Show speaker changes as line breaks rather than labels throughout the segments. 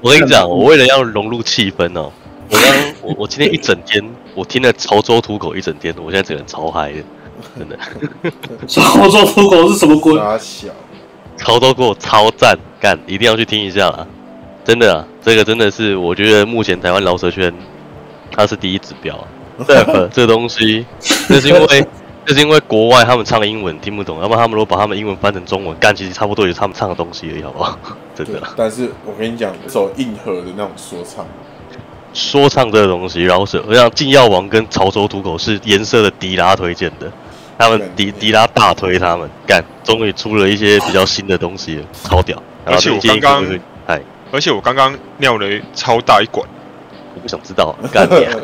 我跟你讲，我为了要融入气氛哦，我刚 我我今天一整天，我听了潮州土狗一整天，我现在整个人超嗨的，真的，
潮州土狗是什么鬼？
傻小，
潮州土狗超赞，干一定要去听一下啦，真的啊，这个真的是我觉得目前台湾饶舌圈它是第一指标啊，rap 这东西，那是因为。 那是因为国外他们唱的英文听不懂，要不然他们如果把他们英文翻成中文，干其实差不多也是他们唱的东西而已，好不 好？真
对
的啊。，
但是我跟你讲，走硬核的那种说唱，
说唱这个东西，然后是我想禁药王跟潮州土狗是颜色的迪拉推荐的，他们迪迪拉大推他们，干，终于出了一些比较新的东西了，超屌。然后
而且我
推荐一个
刚刚
就是，哎，
而且我刚刚尿了超大一 管，
我不想知道，干 你啊、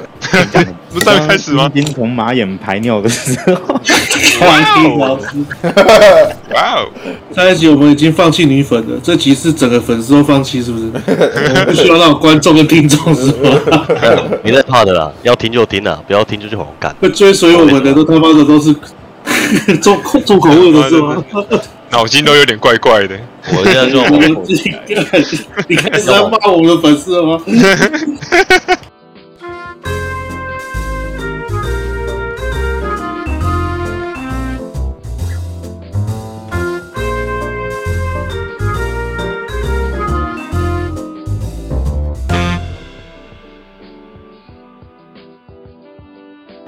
不是才开始 吗？
已经从马眼排尿的时候，
放屁
啊
老师！
哇哦，
上一集我们已经放弃女粉了，这集是整个粉丝都放弃，是不是？ 我们不需要让观众跟听众是吧？
没在怕的啦，要听就听啊啦，不要听就去好干。
会追随我们的都他妈的都是 重口重口味的是吗？
脑筋都有点怪 怪的。
我现在就
你们自己干， 你开始要骂我们的粉丝了吗？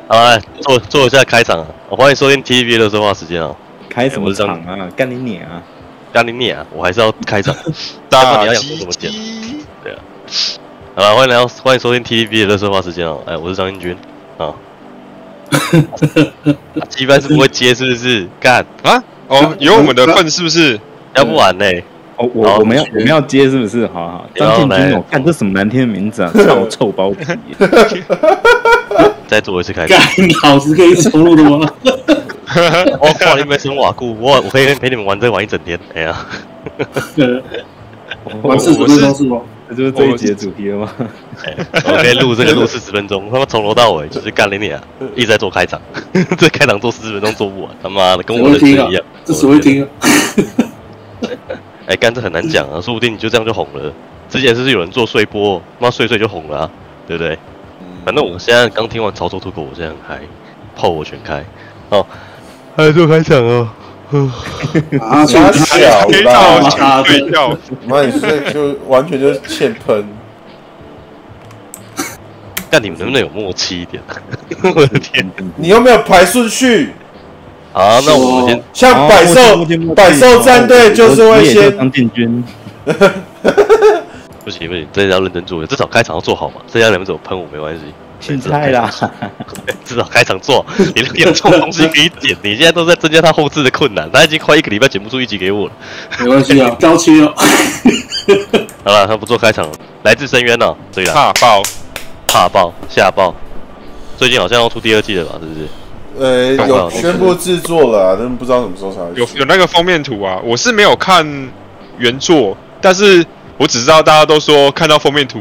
好来做做一下开场啊，欢迎收听 TV 的说话时间啊，
开什么场啊？干你脸啊！
干你你啊，我还是要开场。
大
要不然你要养成
鸡
怎么剪
鸡，
好了，欢迎来到欢迎收听 TVB 的热说话时间哦。哎，我是张英军 啊。一般是不会接，是不是？干，
哦，有我们的份是 不是？
要不然呢？
哦，
好
我我们要我们要接是不是？好好，
然后
张建
来
军哦，看这什么难听的名字啊！操臭包皮！
再做一次开始
干。，你老师可以重录的 吗？
我靠，哦你们生瓦固，我我可以陪你们玩这玩一整天。哎呀，
呃
我
玩四十分钟是吗？
这就是这一集的主题了吗？
哎我可以录这个录四十分 钟，他妈从头到尾就是干你啊，一直在做开场， 这开场做四十分钟做不完，他妈的跟我的是一
谁会听
样。
这谁会听啊？
哎，干这很难讲啊，说不定你就这样就红了。之前是不是有人做碎波，妈碎碎就红了、啊，对不对？
嗯
反正我现在刚听完潮州土狗，我现在很嗨，炮我全开。哦，还做开场哦。
啊，所以
嗯傻
他
小
可以让我
啊
啦，
想睡觉。
妈，你这就完全就是欠喷，
但你们能不能有默契一点？ 我的天！
你又没有排顺序，哦
好、啊，那我们先
像百
哦
兽百兽战队就是会先
当建军，
不行不行，这要认真做，至少开场要做好嘛。剩下你们怎么喷我没关系，
现在啦，
至少开 场做好。你那个重东西可以剪，你现在都在增加他后置的困难。他已经快一个礼拜剪不出一集给我了。
没关系啊，交切哦。
好了，他不做开场了，来自深渊哦，对啦，
怕爆，
怕爆吓爆。最近好像要出第二季了吧？是不是？
呃，有宣布制作了、啊，但不知道什么时候才会
有
出
有那个封面图啊，我是没有看原作，但是我只知道大家都说看到封面图，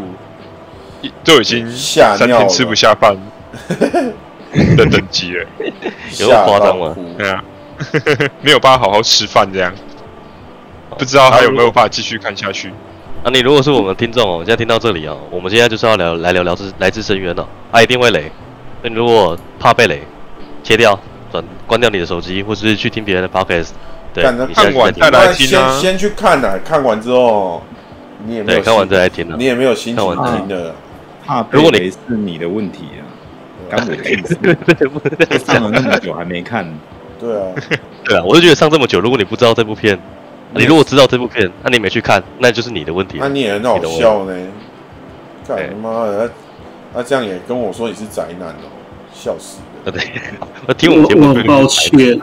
一都已经
吓
三
尿了
天吃不 下饭的等级了。
有那么夸张嗯
吓到
吗
哭
对啊， 没有办法好好吃饭这样，不知道还有没有办法继续看下去。
啊，你如果是我们听众哦，现在听到这里哦，我们现在就是要聊来聊聊自来自深渊哦，啊，一定会雷。那你如果怕被雷，切掉，转关掉你的手机，或是去听别人的 podcast。对你
干，那
现在
看完
就在
再来
那
听啊
先先去看呐、看完之后你也
听
没有
对，
心
看完再来听了
你。也没有心情
看
完
听的，
怕
如
如
果
果
你
你是你的问题啊，干我屁事！
对
上了那么久还没看，
对啊，
啊，我就觉得上这么久，如果你不知道这部片，你如果知道这部片，那、你没去看，那就是你的问题
那
了。
啊你也很好笑呢，干他妈的，那那这样也跟我说你是宅男哦，笑死
对不
了，
对？ 那 听我们节目
我
的
很
人，
抱歉，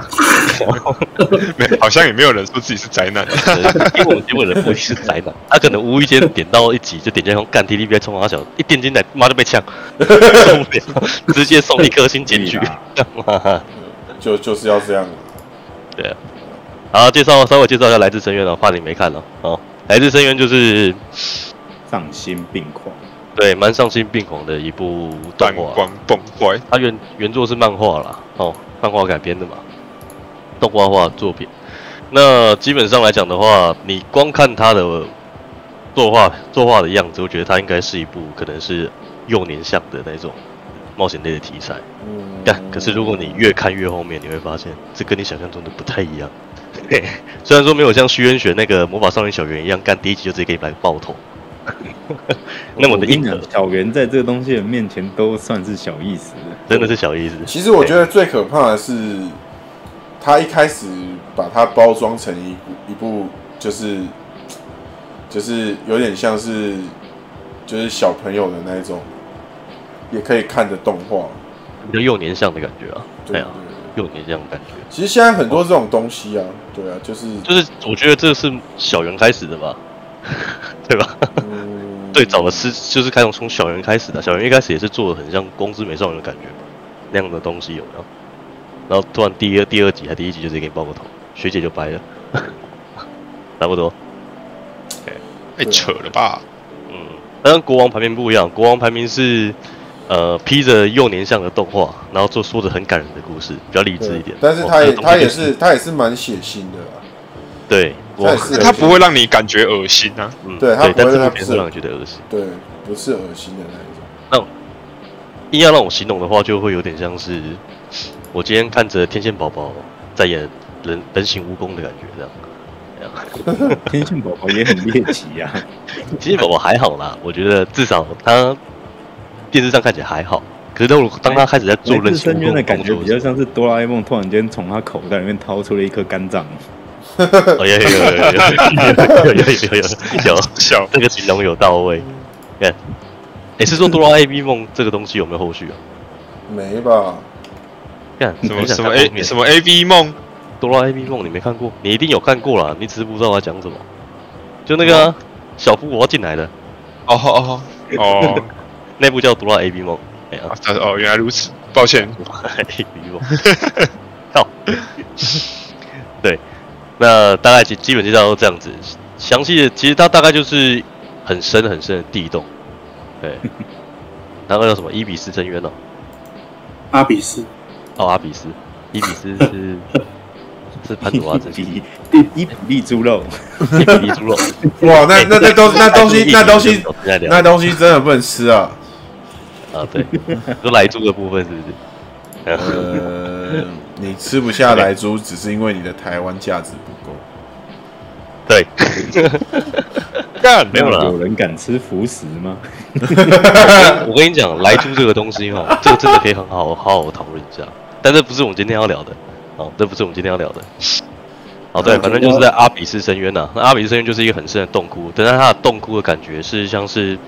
没， 好像也没有人说自己是宅 男。
对听我们节目的人不一定是宅男，他可能无意间点到一集就点进来干 T D B 冲他小，一点进来妈就被呛，受不了，直接送一颗星检举
对啦。
哈哈。
就就是要这样啊。
好，介绍稍微介绍一下《来自深渊》哦，怕你没看哦。哦，《来自深渊》就是
丧心病狂。
对蛮丧心病狂的一部动
感
画，
官崩坏，
它原原作是漫画啦，哦，漫画改编的嘛，动画化作品。那基本上来讲的话，你光看它的作画作画的样子，我觉得它应该是一部可能是幼年向的那种冒险类的题材。
嗯，
但可是如果你越看越后面，你会发现这跟你想象中的不太一样。嘿虽然说没有像虚渊雪那个魔法少年小圆一样，干第一集就直接给你来个爆 头，那么的
我跟
硬
你
核
讲，小圆在这个东西的面前都算是小意思的。
真的是小意思。
其实我觉得最可怕的是，他一开始把它包装成一部一部就是就是有点像是就是小朋友的那一种，也可以看的动画。
比较幼年向的感觉啊，对
对对
啊，哦
对
幼年向的感觉，
其实现在很多这种东西啊，对啊，就是
就是我觉得这是小圆开始的吧， 对吧？
嗯
最早的是就是开始从小圆开始的，小圆一开始也是做的很像《光之美少女》的感觉那样的东西有没有？然后突然第二第二集还第一集就直接给你爆个头，学姐就掰了， 差不多。啊
太哎扯了吧？
嗯，但是国王排名不一样，国王排名是呃披着幼年向的动画，然后做说着很感人的故事，比较励志一点
对。但是
哦
他
那
也
个东西
他也
就是
他也是蛮血腥的啊啦。
对，啊国王
他也是
那它不会让你感觉恶心啊。
嗯
对他
对，
不
但
会
这
让
部
他
片
是
会让你觉得恶心。
对，不是恶心的那一种。
硬要让我形容的话，就会有点像是我今天看着天线宝宝在演人人形蜈蚣的感觉这样。
天线宝宝也很猎奇啊，
其实宝宝还好啦，我觉得至少他电视上看起来还好。可是当我当他开始在 做
来
人
自
形蜈
深渊
蚣
的
动
感觉
作
比
的时
较像是哆啦 A 梦突然间从他口袋里面掏出了一颗肝脏。
候，哎呀有有有有有有有有有有，
小
这个形容有到位。看，也是说哆啦 A 梦这个东西有没有后续啊？
没吧？
看
什么什么 A 什么 A V 梦，
哆啦 A 梦你没看过，你一定有看过啦，你只是不知道我要讲什么。就那个啊、小夫我要进来了，
哦哦哦哦
那部叫哆啦 A 梦。哎呀
啊，这哦，原来如此，抱歉，
黑笔 哦，靠， 对，那大概基基本介绍都这样子，详细的其实它大概就是很深很深的地洞，对，然后叫什么伊比斯深渊哦，
阿比斯
哦阿比斯，伊比斯是是潘多拉 真
一
心，
比一比例猪肉，
伊比利猪肉，
哇，哎
哎
那那那东那 东西那东西
在聊
那东西真的不能吃 啊！
啊对，说来猪的部分是不是？
呃，你吃不下来猪，只是因为你的台湾价值不够。
对，
干
没有啦
有人敢吃腐食吗？
我跟你讲，来猪这个东西哦， 这个真的可以很好好好讨论一下，但这不是我们今天要聊的，哦，这不是我们今天要聊的。哦，对，反正就是在阿比斯深渊呐、那阿比斯深渊就是一个很深的洞窟，但是它的洞窟的感觉是像是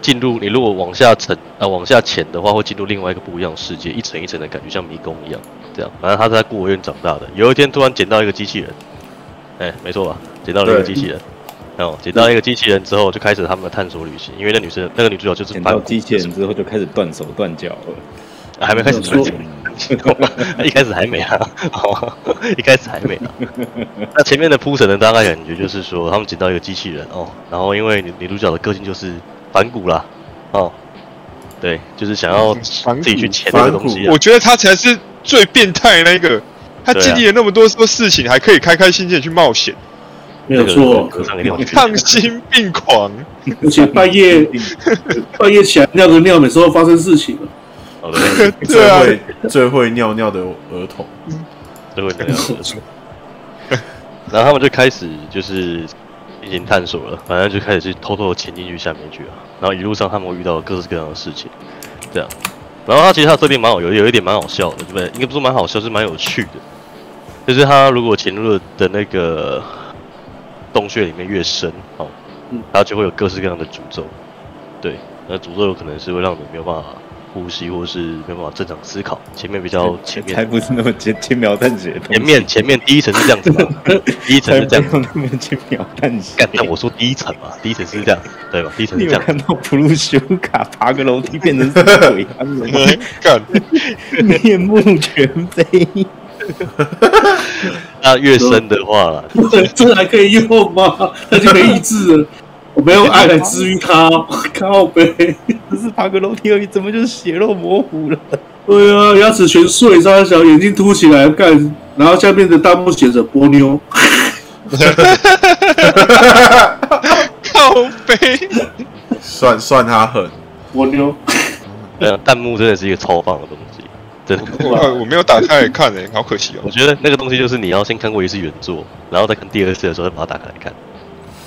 进入你如果往下沉呃往下潜的话，会进入另外一个不一样的世界，一层一层的感觉，像迷宫一样。这样，反正他是在孤儿院长大的，有一天突然捡到一个机器人，哎、没错吧？捡到了一个
对
机器人。哦，捡到一个机器人之后，就开始他们的探索旅行。因为那女生，那个女主角就是
捡
反
到
骨
机器人之后就开始断手断脚了。
还没开始
没
传
错
情， 一开始还没啊，好，一开始还没啊。那前面的铺陈的大概感觉就是说，他们捡到一个机器人哦，然后因为女女主角的个性就是反骨啦，哦，对，就是想要
反
自己
骨
去潜这个东西、啊
我。觉得他才是最变态的那个。他
对啊
经历了那么多多事情，还可以开开心心的去冒险，
没有错，
可上一定要 去。
丧心病 狂。
而且半夜 半夜起来尿个尿，每次都发生事情 了。
好的，
最
对啊，
会最会尿尿的儿童，
这个能量合作。 然后他们就开始就是进行探索了，反正就开始去偷偷的潜进去下面去啊。然后一路上他们会遇到各式各样的事情，这样。然后他其实他设定蛮好，有有一点蛮好笑的，对不对？应该不是蛮好笑，是蛮有趣的。就是他如果潜入的那个洞穴里面越深，哦，
嗯
他就会有各式各样的诅咒。对，那诅咒有可能是会让你没有办法呼吸，或是没有办法正常思考。前面比较前面
才不是那么轻轻描淡写 的东西。
前面前面第一层是这样 子嘛，第一层
才
是这样
不
子。
用那么轻描淡写
干，。但我说第一层嘛，第一层是这样，对吧？第一层
你
是这
有
样，
看到普鲁修卡爬个楼梯变成什么鬼 样子吗？
干，
面目全非，
那越深的话啦，
这还可以用吗？ 那就没意志了。我没有爱来治愈他、 哦，靠呗。
只是爬个楼梯而已，怎么就是血肉模糊了？
对啊，牙齿全碎，他小眼睛凸起来干，然后下面的弹幕写着波妞，
靠背，
算算他狠，
我牛，
对啊，弹幕真的是一个超棒的东西，真的。
我我没有打开来看诶、好可惜哦
我、觉得那个东西就是你要先看过一次原作，然后再看第二次的时候再把它打开来看，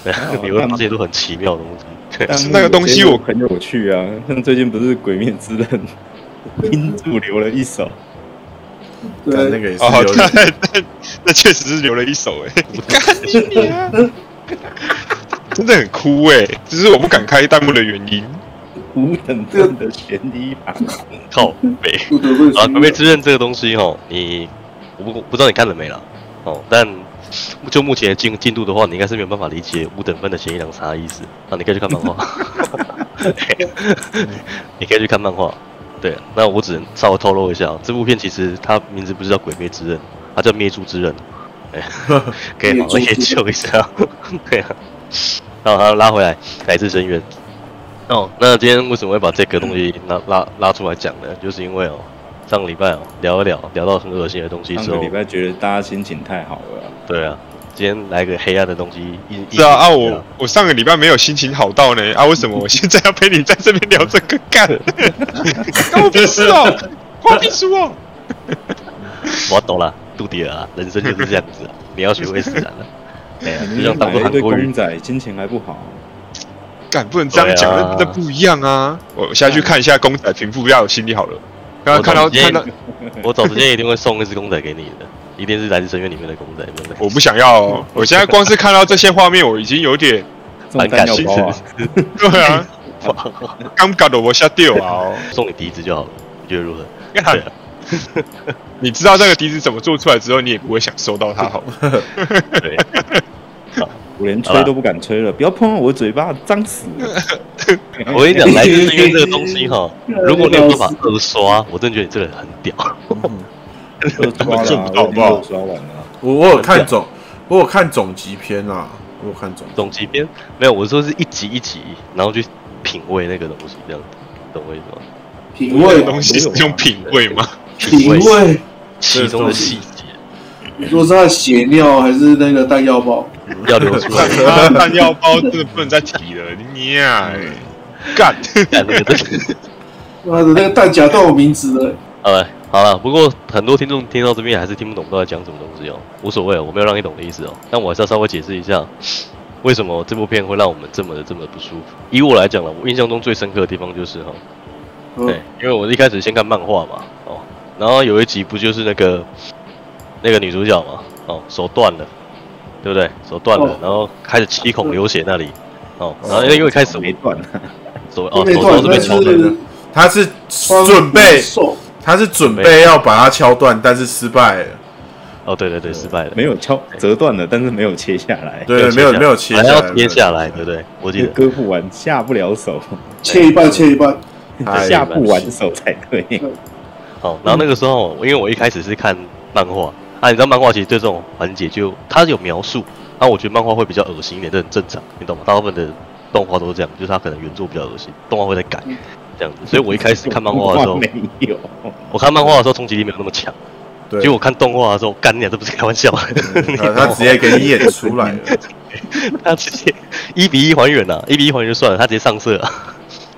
对
哦
啊， 你会发现都很奇妙的东西。对，
是那个东西我
很有趣啊，像最近不是《鬼灭之刃》冰柱留了一手，
但那
对，
个也是
哦
有，点
那那那确实是留了一手欸诶、干你啊娘！ 真的很哭诶、只是我不敢开弹幕的原因。
五等份的悬疑法，
靠北。
不得不
啊，《鬼灭
说，
之刃》这个东西哦，你我不不知道你看了没啦，哦，但就目前的进进度的话，你应该是没有办法理解五等分的嫌疑狼是啥意思啊，你可以去看漫 画，你可以去看漫画。对，那我只能稍微透露一下哦，这部片其实它名字不是叫《鬼灭之刃》，它叫《灭猪之刃》。 哎，可以好好
灭
研
猪之刃
究一下。 对啊，然后拉回来，改制深渊。哦，那今天为什么会把这个东西拉拉拉出来讲呢？就是因为哦，上个礼拜哦聊一聊聊到很恶心的东西
上
之
个
后
礼，拜觉得大家心情太好了啊、
对啊，今天来个黑暗的东西，一
是啊啊，我我上个礼拜没有心情好到呢啊，为什么我现在要陪你在这边聊这个干？干我屁事哦，关我屁事哦！
我懂了，杜迪尔啊，人生就是这样子啊，你要学会释然了。哎呀，
你
就
明明
像当
买
做
了一
韩
堆
国
公
语，
仔，心情还不好，啊
干不能这样讲，
对
那、
啊
那不一样啊！我我下去看一下公仔平复一下我心理好了。刚刚看到
我懂
看到，
我找时间一定会送一只公仔给你的，一定是来自深渊里面的公仔。不用
我不想要、哦，我现在光是看到这些画面，我已经有点
这种蛋
感
要
兴
包啊，
趣，
对啊，尴尬的我下掉啊、哦！
送你笛子就好了，你觉得如何？
干
对啊，
你知道那个笛子怎么做出来之后，你也不会想收到它好吗？
对。
我连吹都不敢吹了，不要碰到我嘴巴，脏死了！
我跟你讲，来自深渊这个东西哈，
呃
如果你有办
哎
法二刷，我真的觉得你这个人很屌。
好不
都抓了啊，我已经
好
都抓完了。啊
我我有看总，我有看总集篇啊，我有看总
总集编没有，我说是一集一集，然后去品味那个东西，这样懂我意思吗？
品味，
东西是用品味吗？
品味，
其中的细节
说是他的血尿还是那个弹药包，
要流出来。
啊，弹药包真的不能再提了，你呀、欸，
嗯
干！
干那个真的
妈的，那个弹夹都有名字的，
好了好了，不过很多听众听到这边还是听不懂到底讲什么东西哦，无所谓，我没有让你懂的意思哦，但我还是要稍微解释一下。为什么这部片会让我们这么的这么的不舒服？以我来讲了，我印象中最深刻的地方就是哈，
嗯
对，因为我一开始先看漫画嘛，哦，然后有一集不就是那个那个女主角嘛，哦，手断了，对不对？手断了，
哦
然后开始七孔流血那里，哦，然后因为因为开始我
没断啊，
手哦
那
手
段
手是被
那
敲断的，
是
他是准备，
瘦，
他是准备要把它敲断，但是失败了。
哦对对对，失败了，
没有敲折断了，但是没有切下 来，
对，没有没有切
还
下
要
来，
切下来，对不对？我记
因为
得
割不完，下不了手，
切一半切一半，
哎
下不完手才对。
哦，然后那个时候，因为我一开始是看漫画啊，你知道漫画其实对这种环节就它有描述，啊，我觉得漫画会比较恶心一点，这很正常，你懂吗？大部分的动画都是这样，就是它可能原作比较恶心，动画会再改这样子。所以我一开始看漫画的时 候
没，有，
我看漫画的时候冲击力没有那么强，
对，
结果我看动画的时候，干你俩这不是开玩笑，你
啊他直接给你演出来了。
他直接一比一还原啊，一比一还原就算了，他直接上色、啊，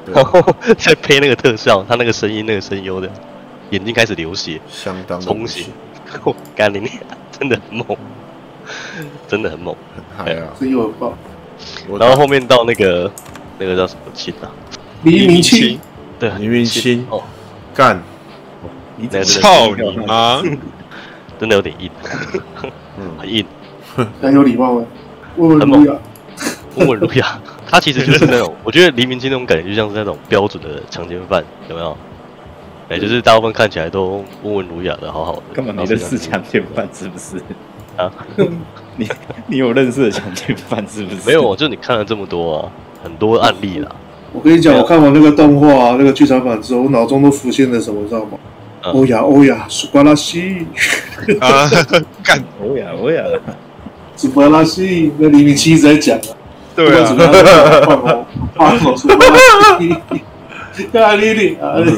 对
然后 再配那个特效，他那个声音、那个声优的，眼睛开始流血。
相当的
冲洗， 我干你娘，真的很 猛，真的很猛。
很嗨啊！
真有很棒，
我
然后后面到那个那个叫什么亲啊？
黎明清，
对啊，
黎明清
哦，
干，
你怎么
操你 妈！啊
真的有 点硬，
嗯，
很硬，
很有礼貌哎，温文儒雅，
温文儒 雅。他其实就是那种，我觉得黎明清那种感觉就像是那种标准的强奸犯，有没有？哎、就是大部分看起来都温文儒雅的，好好的。
干嘛？
然后
你认
身
识
上
强奸犯是不是？
啊？
你你有认识的强奸犯是不是？
没有，就你看了这么多啊，很多案例 啦。
我跟你讲，我看完那个动画、那个剧场版之后，我脑中都浮现了什么，你知道吗？
嗯
欧亚欧亚，苏巴拉西，
啊，干！
我呀我呀，
苏巴拉西，那黎明清一直在讲啊，不
对
管怎
啊，
么样，换我，换我，苏巴拉西，阿里里，阿里，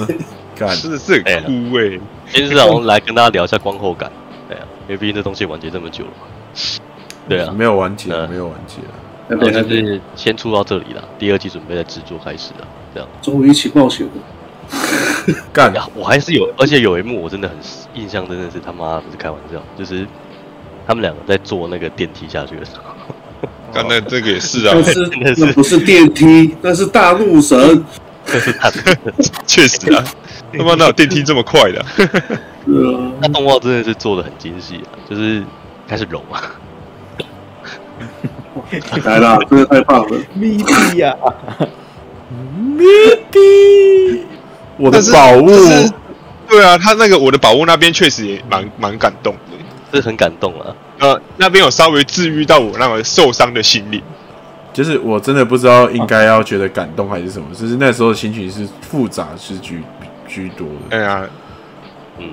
干，
真的是很酷哎、
今天是想来跟大家聊一下观后感，对啊，因为毕竟这东西完结这么久了嘛。对啊，
没有完结，
嗯
没有完结啊，
对
然后
对
就
对，
是先出到这里了，第二季准备在制作开始了，这样。
终于一起冒险了。
干
呀，我还是有，而且有一幕我真的很印象，真的是他妈不是开玩笑，就是他们两个在坐那个电梯下去的时候，
干那这个也是啊
那，
真的
是
是
那不是电梯，那是大怒神。
就是 他
确实啊，他妈哪有电梯这么快的啊？
对啊，
他动画真的是做的很精细啊，就是开始揉啊，
来啦，真的太棒了。
咪咪呀，
我的
但是
宝物，
就是对啊，他那个我的宝物那边确实也蛮蛮感动的，
这很感动啊。
呃，那边有稍微治愈到我那个受伤的心灵。
就是我真的不知道应该要觉得感动还是什么，就是那时候的心情是复杂是居居多的，
哎呀，
嗯，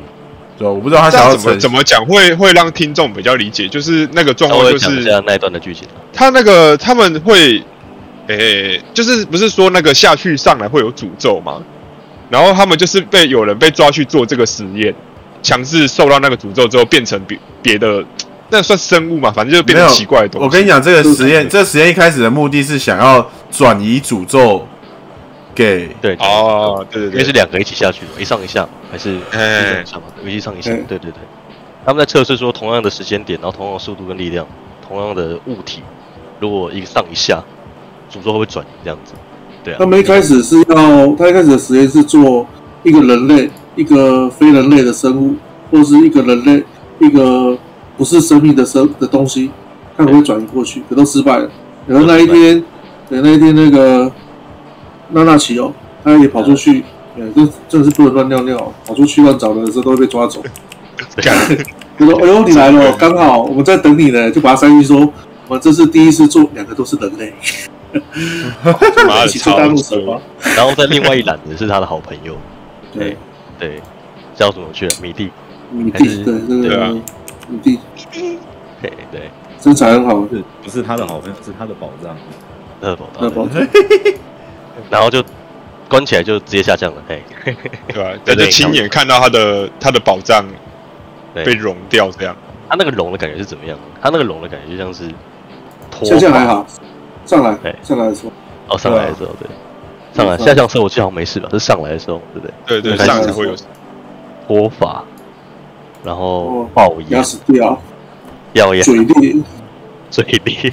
对吧？啊我不知道他
这
想
样
要
怎么
呈
怎么讲会会让听众比较理解？就是那个状
稍
况，
微
就
讲一
是
下那一段的剧情啊。
他那个他们会，诶、就是不是说那个下去上来会有诅咒吗？然后他们就是被有人被抓去做这个实验，强制受到那个诅咒之后变成别别的，那算生物嘛，反正就变
没
成
有
奇怪的东西。
我跟你讲，这个实验，这个实验一开始的目的是想要转移诅咒给
对，
哦，对对
因
对，
为是两个一起下去嘛，一上一下嘛还是一上一下嘛，一上一下，
嗯
对对对。他们在测试说同样的时间点，然后同样的速度跟力量，同样的物体，如果一上一下，诅咒会不会转移这样子？对啊
他，们一开始是要，他一开始的实验是做一个人类、一个非人类的生物，或是一个人类、一个不是生命的生的东西，看会不会转移过去，可都失败了。然后那一天，对那一天那个娜娜奇哦，他也跑出去，呃，这真的是不能乱尿尿，跑出去乱找人的时候都会被抓走。
干
他说：“哎呦，你来了，刚好我们在等你呢。”就把他塞进去说：“我们这是第一次做，两个都是人类，
妈的
一起做大
超
陆蛇吧。
然后在另外一栏也是他的好朋友，”
对。
对，叫什么去了？米蒂，
女
还
帝，
是
对，这
对啊
个女帝
嘿，对，
身材很好，
不是不是他的好朋友，是他的宝藏。
乐宝，
那包
然后就关起来就直接下降了，嘿，
对吧？但就亲眼看到他的他的宝藏
对
被融掉，这样
他那个龙的感觉是怎么样？他那个龙的感觉就像是拖
下降还
垮
好，上来
对
上来的时候，
哦，上来的时候对，上来
对
下降的时候我记得好像没事吧？是上来的时候对不对？
对对，
对
上才会有
脱发，然后
哦
龅牙
牙、齿掉，
耀眼、
嘴裂，
嘴裂，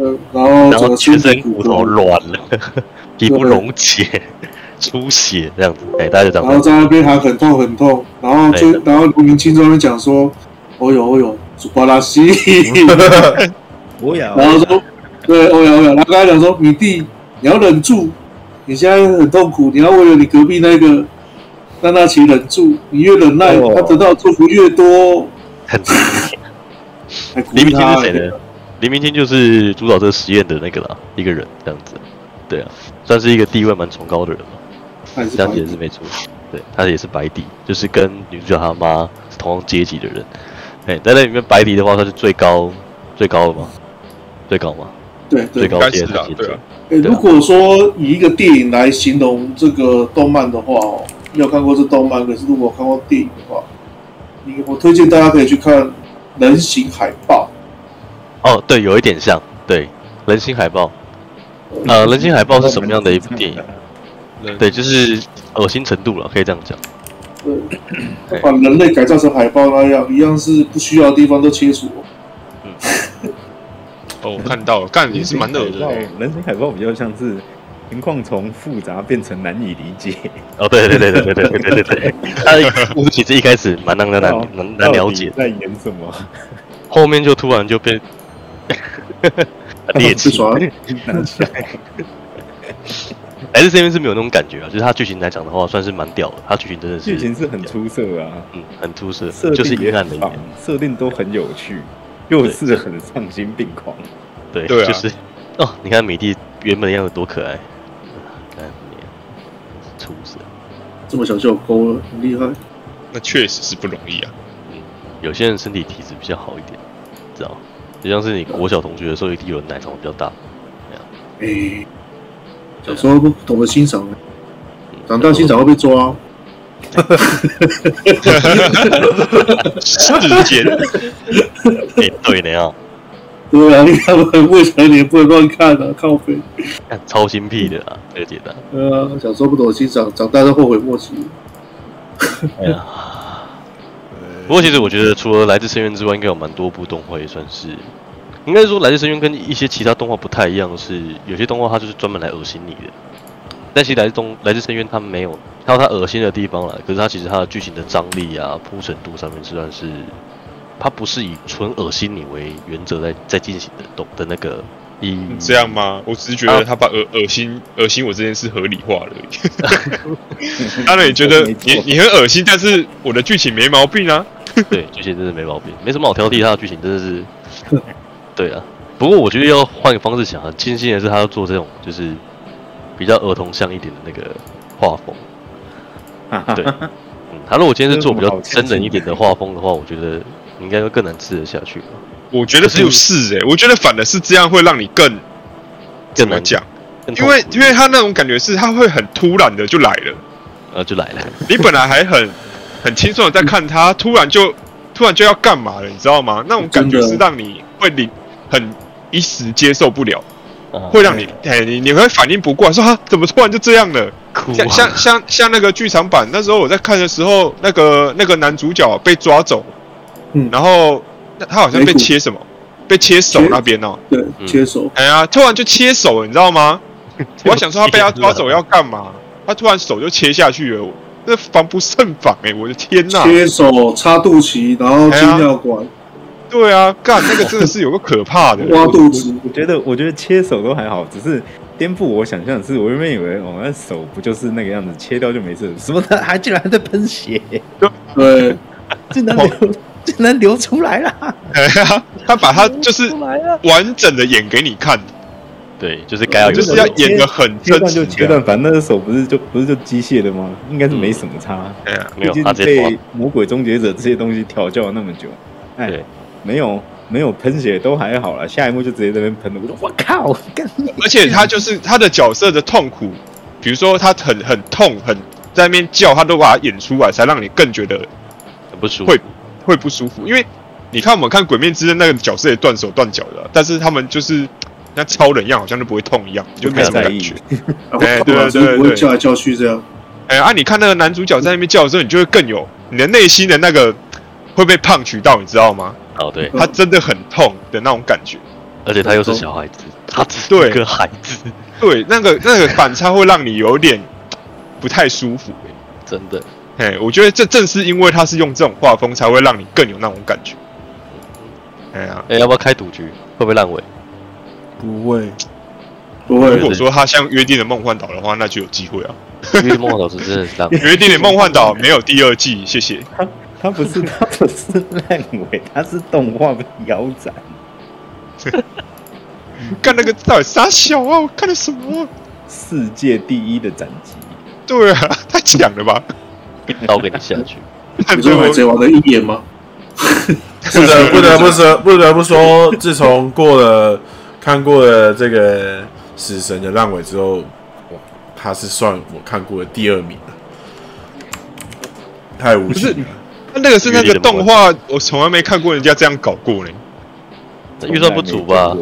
呃， 然后
然
整
后
个
全身
体
骨头
软，
软了， 皮肤溶解、 出血这样子，哎，大家就长
然后
这样。
在那边喊很痛很痛，然后就
对
然后刘明清在那边讲说：“哦呦哦呦，祖巴 拉西。”
我也要
然后说：“对，哦欧阳欧阳。”然后跟他讲说：“米弟，你要忍住，你现在很痛苦，你要为了你隔壁那个让那奇忍住，你越忍耐，
哦
他得到的祝福越多。”
很
还鼓
黎
励
明
他
清是谁呢？黎明清就是主导这个实验的那个啦，一个人这样子，对啊，算是一个地位蛮崇高的人嘛，
还是
这样
白
解
人
释没错。对，他也是白底，就是跟女主角他妈是同样阶级的人。哎、在那里面白底的话，他是最高最高的嘛，最高嘛，
对对
最高
应该
阶
是
的
啊
阶级
对啊。
诶
对啊
如果说以一个电影来形容这个动漫的话哦，没有看过这动漫，可是如果看过电影的话，你我推荐大家可以去看《人形海豹
哦，对，有一点像，对，《人形海报》。呃，《人形海报》是什么样的一部 电影？
人
对，就是恶心程度了，可以这样讲。》，
对，
对
把啊人类改造成海豹那样，一样是不需要的地方都切除哦。
哦，我看到了，干也是蛮恶的欸。
人形海报比较像是情况从复杂变成难以理解，
哦，对对对对对对对对对对，他的故事其实一开始蛮让人难难难了解的
哦到底，在演什么，
后面就突然就 被猎
不
奇，
爽
难想。
还是这边是没有那种感觉啊。就是它剧情来讲的话，算是蛮屌的。它剧情真的是
剧情是很出色啊，
嗯很出色
设，
就是
定
阴
也
暗的
很
一
棒
面，，
设定都很有趣，又是很丧心病 狂。
对，
对啊
就是哦，你看米蒂原本的样子多可爱，看你啊畜生，
这么小就有勾了，很厉害。
那确实是不容易 啊。
有些人身体体质比较好一点，知道吗？就像是你国小同学的时候，一定有人奶长得比较大，
诶，小时候不懂得欣赏，
嗯
长大欣赏会 被抓哦。
世间
哎、对的呀、
对啊，你看我很未成年，不能乱看啊，靠背。
干超心屁的啦，这个解答。
对啊，小时候不懂欣赏，长大都后悔莫及。
哎呀，不过其实我觉得，除了《来自深渊》之外，应该有蛮多部动画也算是，应该说《来自深渊》跟一些其他动画不太一样，是有些动画它就是专门来恶心你的。
嗯
但其实来自东来自深渊，它没有，它有它恶心的地方了。可是它其实它的剧情的张力啊、铺陈度上面，虽然是它不是以纯恶心你为原则在在进行的动的那个意义。
这样吗？我只是觉得他把恶恶心恶心我这件事合理化了 而已。当然也觉得
没错
你你很恶心，但是我的剧情没毛病啊。
对，剧情真的没毛病，没什么好挑剔。它的剧情真的是，对啊。不过我觉得要换个方式想啊，庆幸的是他要做这种就是比较儿童像一点的那个画风。对，嗯，他如果今天是做比较真人一点的画风的话，我觉得应该会更难吃得下去吧，
我觉得不是欸诶、我觉得反而是这样会让你更
更
怎么
难
讲，，
更
因
痛苦
为因为他那种感觉是他会很突然的就来了，
呃就来了，
你本来还很很轻松的在看他，突然就突然就要干嘛了，你知道吗？那种感觉
真的
是让你会你很一时接受不了，
啊
会让你哎、你你会反应不过来，说啊怎么突然就这样了？
哭
像
啊
像像像那个剧场版，那时候我在看的时候，那个那个男主角被抓走，
嗯
然后那他好像被
没骨
切什么，被切手
切
那边哦，
对，
嗯
接手。
哎呀，突然就切手了，你知道吗？我还想说他被他抓走要干嘛，他突然手就切下去了，我那防不胜防哎、我的天呐、
切手插肚脐，然后
哎
进
呀
尿管，
对啊，干那个真的是有个可怕的，
挖肚子，
我觉得，我觉得切手都还好，只是颠覆我想象的是，我原本以为哦，那手不就是那个样子，切掉就没事，什么 他还竟然还在喷血，
对，
竟然流， 竟然流出来了，
哎呀，他把他就是完整的演给你看，
对，就是该要有
就是
哎的
要演的很
切
真
断
实啊
就切
的
断，反正那个手不是就不是就机械的吗？应该是嗯没什么差，
哎呀，
没有
毕竟
他直接
被魔鬼终结者这些东西调教了那么久，哎
对，
没有没有喷血都还好了，下一幕就直接在那边喷了，我说我靠， 干
而且他就是他的角色的痛苦，比如说他很很痛，很在那边叫，他都把它演出来，才让你更觉得
很不舒服
会，会不舒服。因为你看我们看《鬼面之刃》那个角色也断手断脚的啊、但是他们就是那超人样，好像都不会痛一样，就没什么
不太在
感
意
觉。
然后
哎对
老
对
师
对
不会
对
叫来叫去这样。
哎、啊，你看那个男主角在那边叫的时候，你就会更有你的内心的那个会被胖取到，你知道吗？
哦对，
他真的很痛的那种感觉。
而且他又是小孩子，他只是
对
一个孩子，
对，那个那个反差会让你有点不太舒服、欸。
真的，
哎，我觉得这正是因为他是用这种画风，才会让你更有那种感觉。哎呀，
哎要不要开赌局？会不会烂尾？
不会，
不
如
会，
果说他像约定的梦幻岛的话，那就有机会啊。
因为梦幻老师真的是烂尾。
约定的梦幻岛没有第二季，谢谢。
他不是 他不是烂尾，他是动画被腰斩。
干那个到底傻小啊？我看了什么？
世界第一的斩击，
对啊， 太强了吧？啊
刀给你下 去。
你说海贼王的一眼吗？
不得不得不说，不得不说，自从过了看过了这个《死神》的烂尾之后，哇，他是算我看过的第二名了，太无情了。
那那个是那个动画，我从来没看过人家这样搞过呢。
预算不足吧？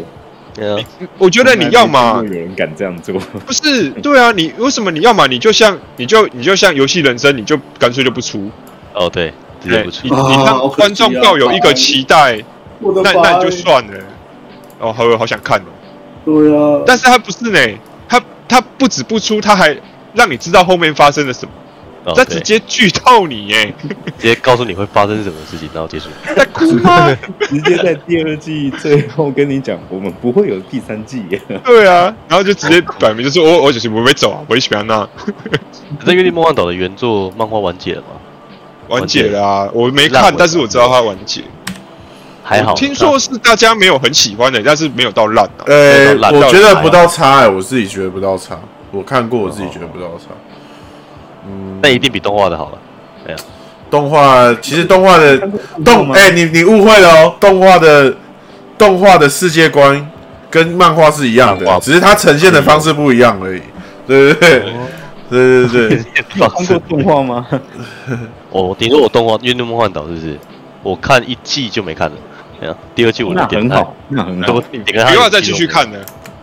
对啊，
我觉
觉
得你要嘛
嗯
有人敢这样做，
不是对啊，你为什么你要嘛你就像你就你就像游戏人生，你就干脆就不出，
哦对，直接不出
你，你
啊
让
好可惜啊
观众抱有一个期待，
我的
那那你就
说，
算了。哦，好，好想看哦。
对啊，
但是他不是呢，他他不止不出，他还让你知道后面发生了什么，
哦
他
对
直接剧透你 耶，
直接告诉你会发生什么事情，然后结束。
在哭吗？
直接在第二季最后跟你讲，我们不会有第三季耶。
对啊，然后就直接摆明就说，我我就是不会走啊，我也喜欢那
可是《约定梦幻岛》的原作漫画完结了嘛？
完结了啊，我没
烂
看，
尾
但是我知道它完结。
还好，
我听说是大家没有很喜欢的，但是没有到烂啊。
呃、
那种
我
烂
觉
到
得
底
不到差、欸，我自己觉得不到差。我看过，我自己觉得不到差。嗯，
那一定比动画的好了。
动画其实动画的动，
哎，
哎、你你误会了哦，动画的动画的世界观跟漫画是一样
漫画
的，只是它呈现的方式不一样而已。对对对，对对对，
看过动画吗？
我听说我动画《约定梦幻岛》是不是？我看一季就没看了，哎对啊，第二季我就
那
点
很
开，
好，那很好
多。
你
点
不
开它
要
有
再
记
继
录
续看了。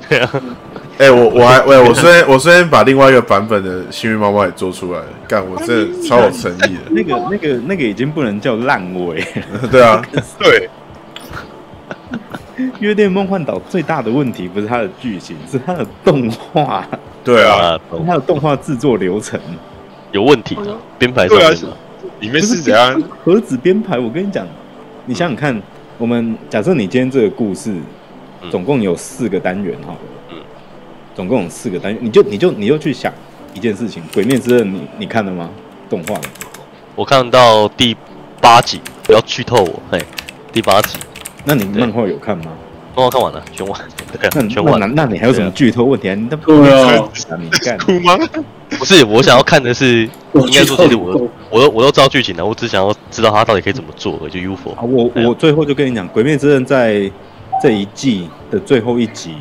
对啊，
哎、我我还喂、我虽然我虽然把另外一个版本的幸运猫猫也做出来了，干我这超有诚意的，
那个、那个、那个已经不能叫烂尾。
对啊，
对，
《约定梦幻岛》最大的问题不是它的剧情，是它的动画，
对 啊，
啊，
是它的动画制作流程。
有问题啊，编排上
对啊
面
是
的，
里面是怎 样？
何止编排？我跟你讲，你想想看，我们假设你今天这个故事
嗯
总共有四个单元，好了，
嗯
总共有四个单元，你就你就你就去想一件事情，《鬼灭之刃》你，你看了吗？动画
我看到第八集，不要剧透我，嘿，第八集，
那你漫画有看吗？
动画看完了，全完，对
那
啊， 全
那那
完。
那你还有什么剧透问题啊？你都
对啊，
啊，你干
哭 吗？
不是，我想要看的是，
我
应该说其实
知道
我我都我都知道剧情了，我只想要知道他到底可以怎么做而已，就 UFO
啊！。我
哎
对啊
我最后就跟你讲，《鬼灭之刃》在这一季的最后一集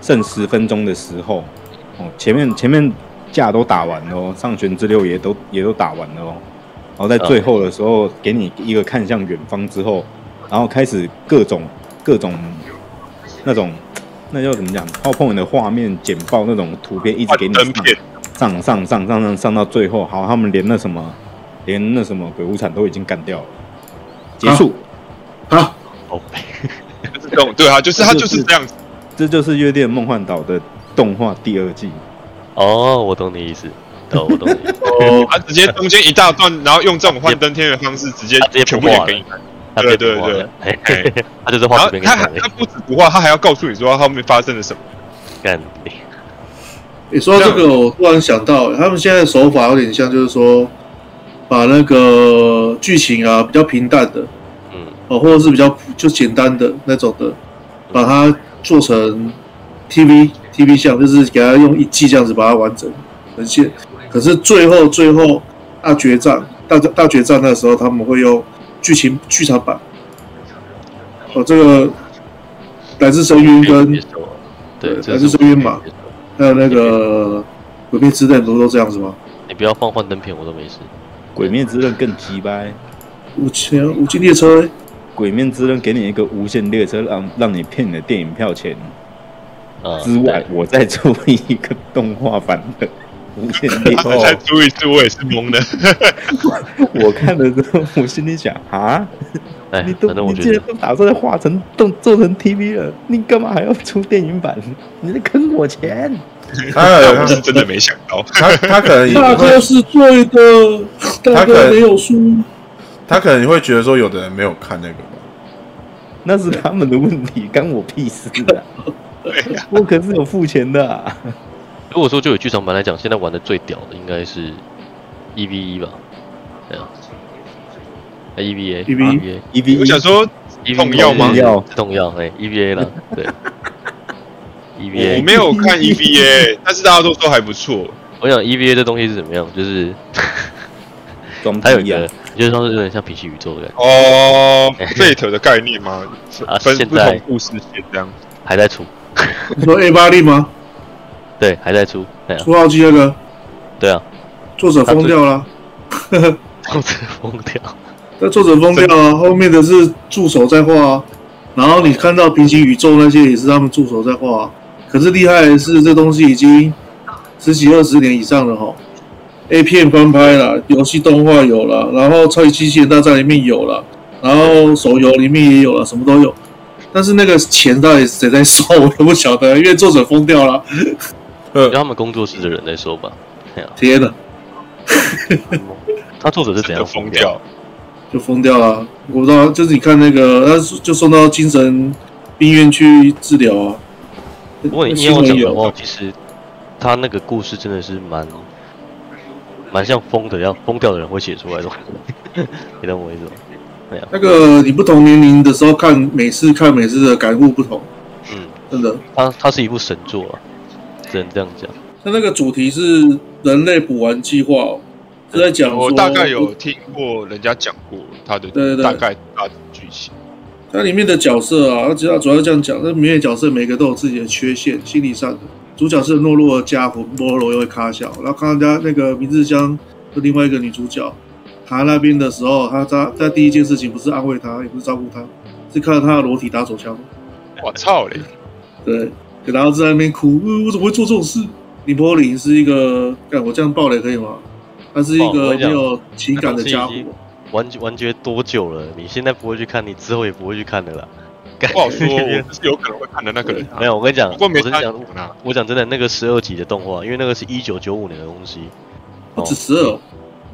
剩十分钟的时候，哦，前面前面架都打完了哦，上弦之六也都也都打完了哦，然后在
嗯
最后的时候给你一个看向远方之后，然后开始各种各种那种那叫怎么讲，PowerPoint 的画面简报那种图片一直给你
幻
上
灯片
上上上上上上到最后，好，他们连那什么连那什么鬼无惨都已经干掉了，结束。
啊，
哦，
就是这种对啊，就是他就是这样子。
这就是《约定梦幻岛》的动画第二季，
哦，我懂你意思，哦，我懂你意思，
哦，
他直接中间一大段，然后用这种幻灯片的方式，直接
他直接
全
啊不
部演
画
给
了
你。，
他直接
对对
不画
对
了，嘿
哎
他就是
然
画
后
图片给
他
你
还
看而已
他，不止不画，他还要告诉你说他后面发生了什么。
干你
你说到这个，我突然想到，他们现在的手法有点像，就是说把那个剧情啊比较平淡的，
嗯，
哦，或者是比较就简单的那种的，把它做成 TV TV 像，就是给它用一季这样子把它完整呈现。可是最后最后大决战大大决战那时候，他们会用剧情剧场版。哦，这个来自深渊
可以
跟
接受啊对，
对
这
还
是
是
我
这边
可以
嘛
接受的
还有那个《鬼灭之刃》不是都这样子吗？
你不要放幻灯片，我都没事。
《鬼灭之刃》更鸡掰，《
五千五金列车
鬼灭之刃》给你一个无限列车，让让你骗你的电影票钱
啊，
之外
对，，
我再出一个动画版的无限列
哦
他再
车。
出一次，我也是懵的。
我看了之后，我心里想啊，
哎
你，都
反正我
你
觉
既
得
然都打算画成动做成 TV 了，你干嘛还要出电 影版？你在坑我钱！
他
但
可
啊
我
能
是真的没想到，
他他可能也
大哥
会，
啊是对的，大哥没有输。
他可能会觉得说，有的人没有看那个吧，
那是他们的问题，干我屁事 啊！我可是有付钱的、啊。
如果说就有剧场版来讲，现在玩的最屌的应该是 E V 一吧？对啊，E V A
EVA
A
E V
我想说，
E V
痛药吗
药
痛药哎，E V A 啦，对，E V
我
A
没有看 EVA，但 是大家都说还不错。
我想 E V A 这东西是怎么样？就是
嗯
装
它有一
逼啊
个，就是说是有点像平行宇宙的感觉，
哦，Fate 的概念吗
啊？
分
现
不
在
同故事线这样。
还在出，
你说 A 八力吗？
对，还在出，对啊，
出号机那个
对啊，
作者疯掉了，
当时疯掉，
那作者疯掉了，后面的是助手在画啊。然后你看到平行宇宙那些也是他们助手在画啊。可是厉害的是，这东西已经十几二十年以上了哈。A 片翻拍了，游戏动画有了，然后超级机器人大战里面有了，然后手游里面也有了，什么都有。但是那个钱到底谁在收，我都不晓得，因为作者疯掉了。
呃
就他们工作室的人在说 吧，对啊，
天哪，
他作者是怎
真的
样
疯
疯掉？
掉？
就疯掉了。我不知道，就是你看那个，他就送到精神病院去治疗啊。
如果你硬
新
要
闻
讲的
有
话，其实他那个故事真的是蛮蛮像疯的样，疯掉的人会写出来的东西， 你懂我意思吗？
那个，你不同年龄的时候看每次看每次的感悟不同，
嗯，
真的。
它它是一部神作啊，只能这样讲。
他那个主题是人类补完计划、哦，是在讲
我
说
大概有听过人家讲过他的
对对对
大概大致剧情。
它里面的角色啊，主要主要这样讲，那每个角色每个都有自己的缺陷，心理上的。主角是懦弱的家伙，菠萝又会卡笑，然后看到人家那个明日香的另外一个女主角，她那边的时候，她她她第一件事情不是安慰她，也不是照顾她，是看到他的裸体打手枪。
我操嘞！
对，然后在那边哭、呃我怎么会做这种事？尼泊林是一个，干我这样爆雷可以吗？他是一
爆我
个
跟你
没
讲
有情感的家伙
那种是已。经完完结多久了？你现在不会去看，你之后也不会去看的啦。干
不好说，我是有可能会看的那个人啊。
没有，我跟你讲，
不过没
我真
他
讲，
可能啊。
我讲真的，那个十二集的动画，因为那个是一九九五年的东西，
不止十二，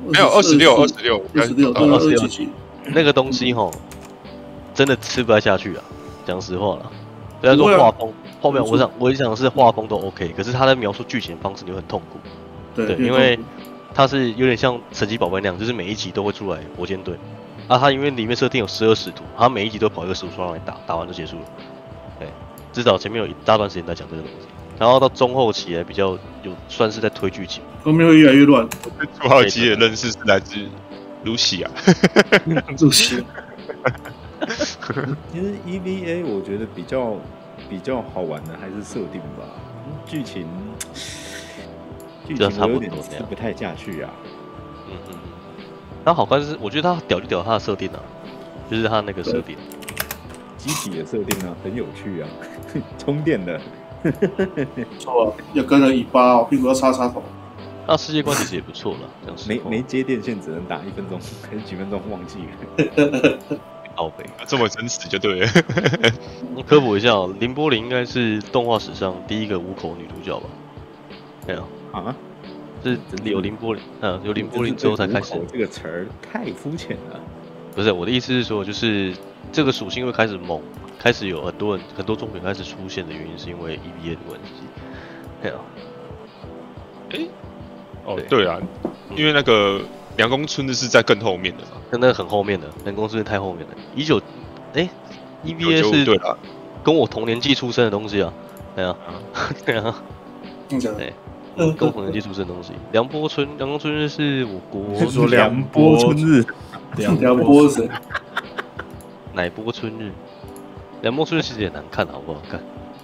没有二十六，二十六，
二十六，
到
对，
哦
二
26
十几。
那个东西吼，真的吃不太下去啊。讲实话了，虽然
不会
说
啊
画风，后面我
没错
想我想是画风都 OK，可是他在描述剧情的方式你会很痛苦。对，
对
因为它是有点像神奇宝贝那样，就是每一集都会出来火箭队。啊，它因为里面设定有十二使徒，它每一集都跑一个使徒出来打，打完就结束了。对，至少前面有一大段时间在讲这个东西，然后到中后期还比较有算是在推剧情。
后面会越来越乱，
土耳其的认识是来自卢西亚，
嗯
这些
其实 EVA 我觉得比较比较好玩的还是设定吧，剧情剧
就
情
差不
我有
多
点
那
吃
样
不太下去啊。
嗯嗯嗯。它好看是，我觉得它屌就屌它的设定啊，就是它那个设定。
机体的设定啊，很有趣啊， 充电的，
不错啊，要跟人尾巴哦，屁股要插插头。
那世界观其实也不错了，讲实
没
话
没接电线只能打一分钟还是几分钟忘记了。
靠北
这么真实就对 了。
那科普一下、哦，林波林应该是动画史上第一个五口女主角吧？没有。
啊，
是有林波林，嗯，有林波林之后才开始
真。是对“五口这个词儿太肤浅了。
不是我的意思是说，就是这个属性会开始猛，开始有很多人很多作品开始出现的原因，是因为 EVA 的关系。对啊，
哦
对，
对啊，因为那个梁公村的是在更后面的嘛。
但那个很后面的，人工智能太后面了。一九，哎
九
，EVA
九五对啊
是
了，
跟我同年纪出生的东西啊。对啊， 对啊，
这样讲，
对
嗯
跟我同年纪出生的东西。梁波村，梁公村是我国
我
说
梁波春日，
嗯梁波是谁？
乃波春日，梁波春日其实也难看，啊好不好看？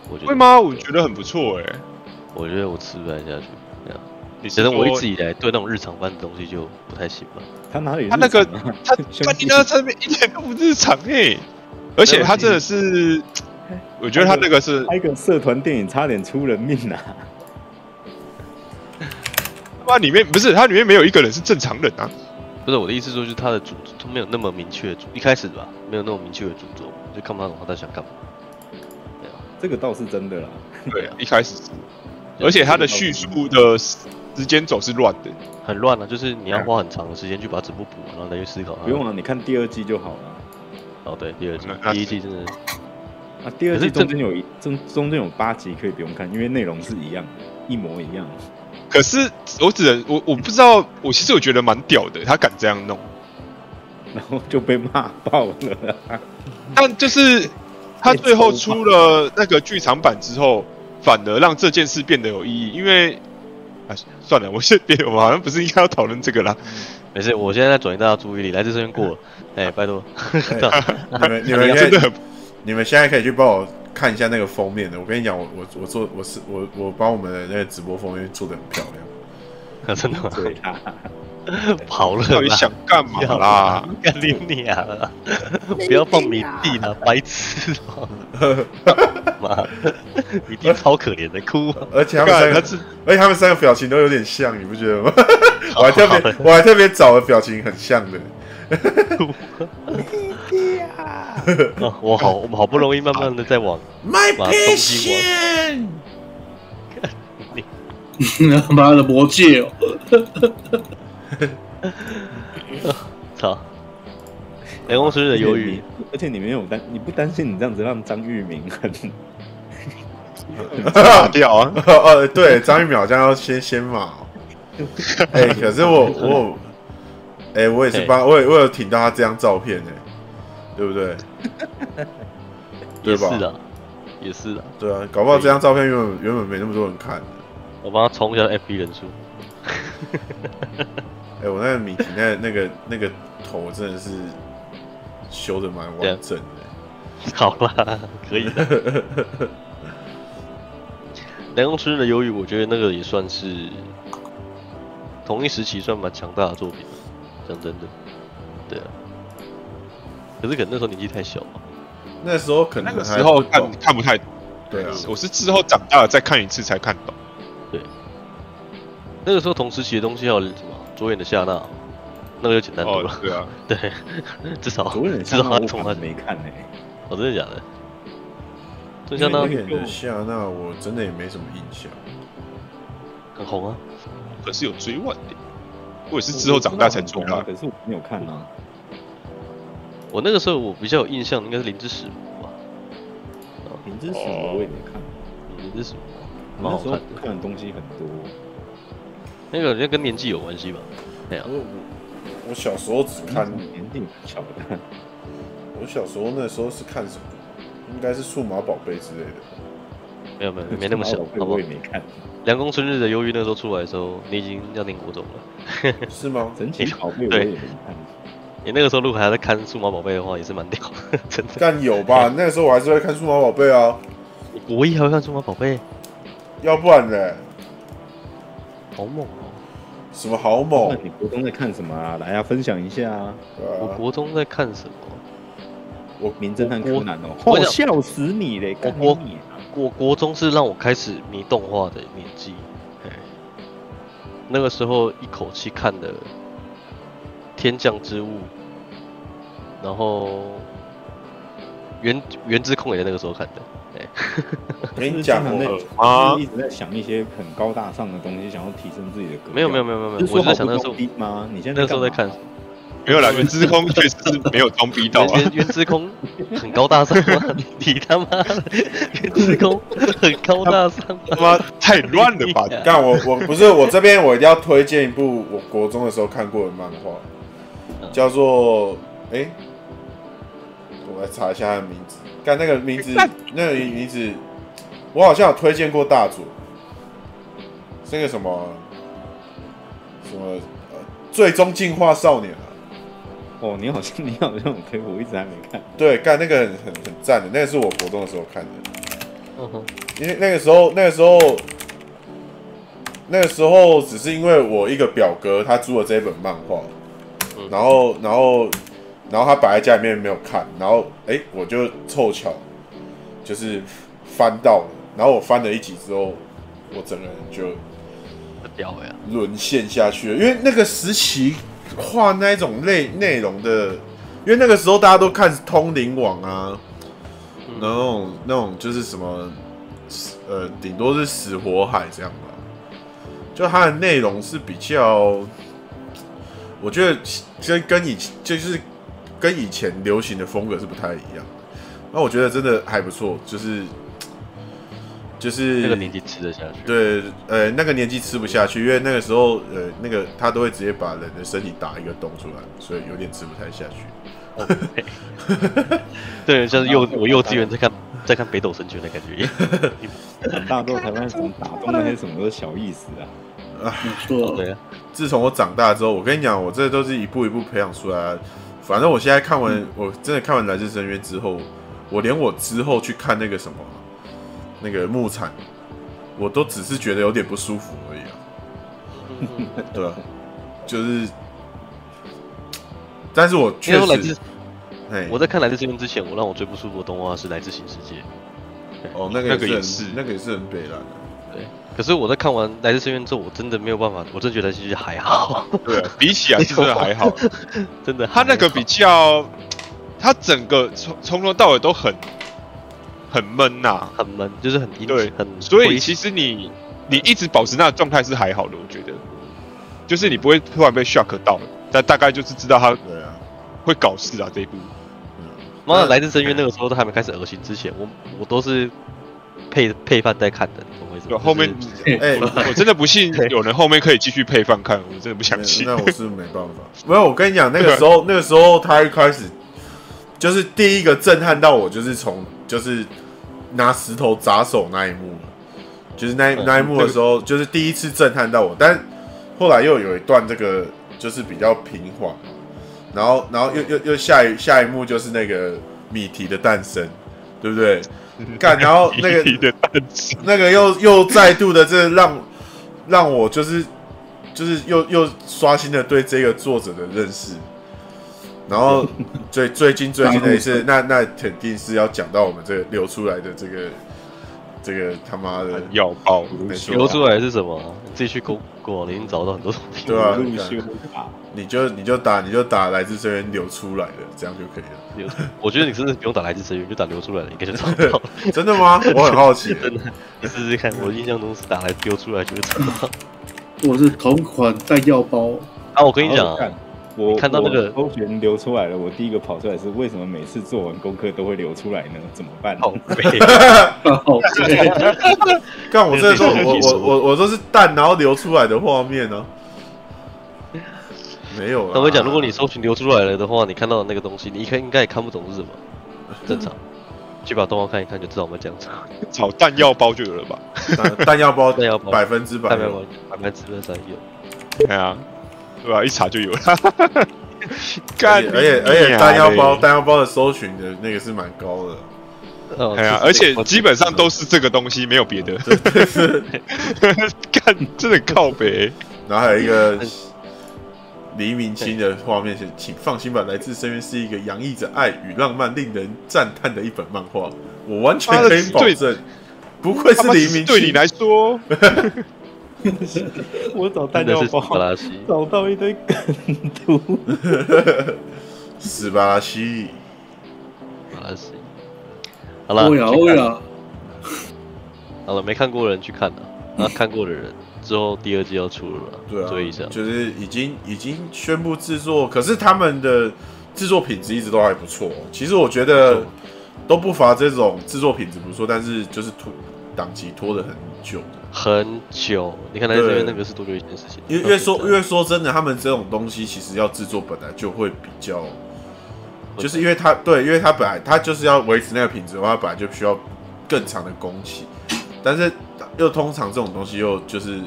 我觉得
会吗？我觉得很不错哎。
我觉得我吃不太下去。对啊。
你是
可能我一
说
直以来对那种日常番的东西就不太行吧。
他哪里日
他
常啊？
那个他
兄
干
弟
你那他那边一点都不日常哎，而且他真的是，我觉得他那个是
开个社团电影差点出人命啊！
他妈里面不是他里面没有一个人是正常人啊。
不是我的意思说，就是他的主他没有那么明确的主，一开始吧，没有那么明确的主轴，就看不到他在想干嘛。
这个倒是真的啦。
对，啊一开始是，而且他的叙述的时间轴是乱的。
很乱啊，就是你要花很长的时间去把它整部补完，然后再去思考它。
不用啊，你看第二季就好了。
哦，对，第二季
那那，是
第一季真的，
啊，第二
可
季
是
中
这
间有一中中间有八集可以不用看，因为内容是一样的，一模一样。
可是我只能我我不知道，我其实我觉得蛮屌的，他敢这样弄。
然后就被骂爆了。啊
但就是他最后出了那个剧场版之后，反而让这件事变得有意义，因为啊，算了，我先别，我好像不是应该要讨论这个啦。
没事，我现在在转移大家注意力，来自深渊 过了，哎，拜托，
你们你
我
们
哎真
现在
的很
你们现在可以去帮我看一下那个封面的。我跟你讲，我我我做我是我我帮我们的那个直播封面做的很漂亮。
真的吗？
对啊啦，
跑了
到底
啦，
想干嘛啦？
干你娘啊！不要放米弟啦，白痴 哦！妈，米弟超可怜的，哭啊。
而且他们三个
干，他，是
而且他们三个表情都有点像，你不觉得吗？ 我还特
哦
别我还特别找了表情很像的。
啊，我好，我们好不容易慢慢的在往
My
把东西
patient，
妈的魔戒哦！
操，人工生日的
而
鱿
且
鱼
你，，而且你没有担，你不担心你这样子让张玉明很
打掉啊！
哦，对，张玉淼好像要先先骂 哦。哎、可是我我有，哎、我也是帮，我也我有挺到他这张照片呢、对不 对？ 对
也
吧
是的，也是的，
对啊，搞不好这张照片原本原本没那么多人看。
我帮他冲一下 FB 人数，
哎、我那个米奇那那个那个头真的是修的蛮完整的、
好啦，可以 的。人工生日的鱿鱼，我觉得那个也算是同一时期算蛮强大的作品了，讲真的，对啊。可是可能那时候年纪太小嘛，
那时候可
那
能
个
还
时候
不懂
看看不太懂，
对啊，
我是之后长大了再看一次才看懂。
那个时候同时期的东西还有什么《左眼的夏娜》，那个就简单多
哦
了，，
对啊，
对，
哦
至少
左眼
至少
相貌
他从
我从
他
来，没看呢、
哦，真的假的？就
因为
相当
那个的夏娜，我真的也没什么印象。
很红啊，
可是有追晚点，我也是之后长大才
我知
追
道很红啊
到。
可是我没有看啊。
哦我那个时候我比较有印象的应该是《灵之使魔》吧，
明知死我我也没看，啊
嗯《灵之使魔》蛮
我那
好
时
看
候
的，
看的东西很多。
那个好像跟年纪有关系吧？哎呀
嗯
我，我我小时候只看，
年纪小的看，
我小时候那时候是看什么？应该是数码宝贝之类的。
没有没有没那么小，好不
我
好
也？没看。
凉宫春日的忧郁那时候出来的时候，你已经要念国中 了。
是 吗？
神
哎
奇宝贝我也没看，
你那个时候如果还在看数码宝贝的话，也是蛮屌的，真的。
但有吧？那时候我还是会看数码宝贝啊，
你国一还会看数码宝贝，
要不然嘞，
好猛哦！
什么好
那
猛？
你国中在看什么啊？来啊，分享一下啊！
对啊
我国中在看什么？
名侦探柯南哦，
我
我
想
笑死你嘞！干
我
你啊！
我国中是让我开始迷动画的年纪，哎，那个时候一口气看了《天降之物》，然后《原原之控》也在那个时候看的，
我跟你讲，哦
就
我
是经常
耳
在
啊
就是一直在想一些很高大上的东西，想要提升自己的格调。
没有没有没有没有没
啊就
有，
是
我
说
是在
好
想
不
那时候
装逼吗？你现在
那时候在看
干嘛
没有啦，原之空确实是没有装逼到啊
原。原原之空很高大上吗？你他妈的，原之空很高大上 吗？
他妈太乱了吧！
干我我不是我这边我一定要推荐一部我国中的时候看过的漫画，叫做哎、诶我来查一下它的名字。干那个名字，那个名字，我好像有推荐过大佐，是那个什么什么呃，最终进化少年啊。
哦，你好 像你好像有推我一直还没看。
对，干那个很很很赞的，那个是我国中的时候看的。
嗯哼
因为那个时候，那个时候，那个时候只是因为我一个表哥他租了这本漫画，
嗯
然后，然后，然后他摆在家里面没有看，然后，哎、我就凑巧就是翻到了，然后我翻了一集之后，我整个人就
屌呀、
沦陷下去了，因为那个时期画那一种类内容的，因为那个时候大家都看《通灵王》啊，
嗯
然后那种那种就是什么，死呃，顶多是死火海这样吧。就它的内容是比较，我觉得跟跟以就是跟以前流行的风格是不太一样的。那我觉得真的还不错，就是就是
那个年纪吃得下去。
对，呃，那个年纪吃不下去，因为那个时候，呃，那个他都会直接把人的身体打一个洞出来，所以有点吃不太下去。
对，像是幼我幼稚园在看在看北斗神拳的感觉。
长大之后才发现，什么打中那些什么都是小意思啊。
没错，
对啊，
自从我长大之后，我跟你讲，我这都是一步一步培养出来的。反正我现在看完，我真的看完《来自深渊》之后，我连我之后去看那个什么那个木产，我都只是觉得有点不舒服而已啊。对啊， 就是，但是我
因为
确
说来自
实，哎
我在看《来自深渊》之前，我让我最不舒服的动画是《来自新世界》。
哦，那个
那个也
也
是
是很，那个也是很北蓝啊的。
可是我在看完《来自深渊》之后，我真的没有办法，我真的觉得《来自深渊》还好，
对啊，比起来是真的还好。
真的还
他
好。
那个比较，他整个从从头到尾都很很闷呐、
很闷，就是很阴
对
很
所以
灰
其实你你一直保持那个状态是还好的，我觉得，就是你不会突然被 shock 到，但大概就是知道他
对啊，会
会搞事啊这一部。
妈
呃
的，《来自深渊》那个时候都还没开始恶心之前，我我都是配配饭在看的，你懂我意思
对，
吗？
后面
就是
哎、
我我真的不信有人后面可以继续配饭看，我真的不想信。
那我是没办法。没有，我跟你讲，那个时候，那个时候他一开始就是第一个震撼到我，就是从就是拿石头砸手那一幕，就是那一
嗯
那一幕的时候，就是第一次震撼到我。但后来又有一段这个就是比较平缓嘛，然后然后又又又下一下一幕就是那个米提的诞生，对不对？干，然后那个
你的蛋子
那个又又再度的，这让让我就是就是又又刷新了对这个作者的认识。然后最最近最近的一次，那那肯定是要讲到我们这个流出来的这个这个他妈的，
要 爆
没错
流出来是什么？啊你自己去 Google，你已经找到很多东西。
对啊，
路
你
修
看
啊，
你就你就打你就打来自这边流出来的，这样就可以了。
流我觉得你真的不用打来自成员，就打流出来的，应该就找到 了。
真的吗？我很好奇。
真的，你试试看。我印象中是打来丢出来就会找 到。
我是同款弹药包，
啊，我跟你讲
然后
啊、
看我
看到那个
我周旋流出来了，我第一个跑出来是为什么每次做完功课都会流出来呢？怎么办？
好啊背，
好对
干，我真的说，
这个
我
必须
我我我都是蛋，然后流出来的画 面呢、没有啊。
那我跟你讲，如果你搜寻流出来了的话，你看到的那个东西，你看应该也看不懂是什么，正常。去把动画看一看就知道我们讲什 么。
炒弹药包就有了吧？
弹弹药包，
弹药包
百分之百
大白
有
玩，大白之论三有。
对啊，对吧？一查就有 了。干，
而且而且弹药包，弹药包的搜寻的那个是蛮高的，
哦
哎呀，而且基本上都是这个东西，没有 别的。 干，真的靠北。
然后还有一个
嗯
黎明清的画面是，请放心吧，来自深渊是一个洋溢着爱与浪漫、令人赞叹的一本漫画，我完全
妈的
可以保
对
证，不愧是
他妈
黎明
对你
清。
来说，
我找
真
弹
的
药
是斯巴
包，
拉西。
找到一堆梗图。
斯巴拉西，
斯巴拉西。好了，
欧呀
去
欧
看
呀，
好了，没看过的人去看了，啊，看过的人之后第二季要出了，
对啊，
追一下。
就是已经已经宣布制作，可是他们的制作品质一直都还不错。哦其实我觉得都不乏这种制作品质不错，但是就是拖档期拖得很久的。
很久，你看来这
对
边那个是多久以前的事情？
因为因为说
到现
因
在
为说真的，他们这种东西其实要制作本来就会比较，
会
就是因为他对，因为他本来他就是要维持那个品质的话，他本来就需要更长的工期，但是又通常这种东西又就是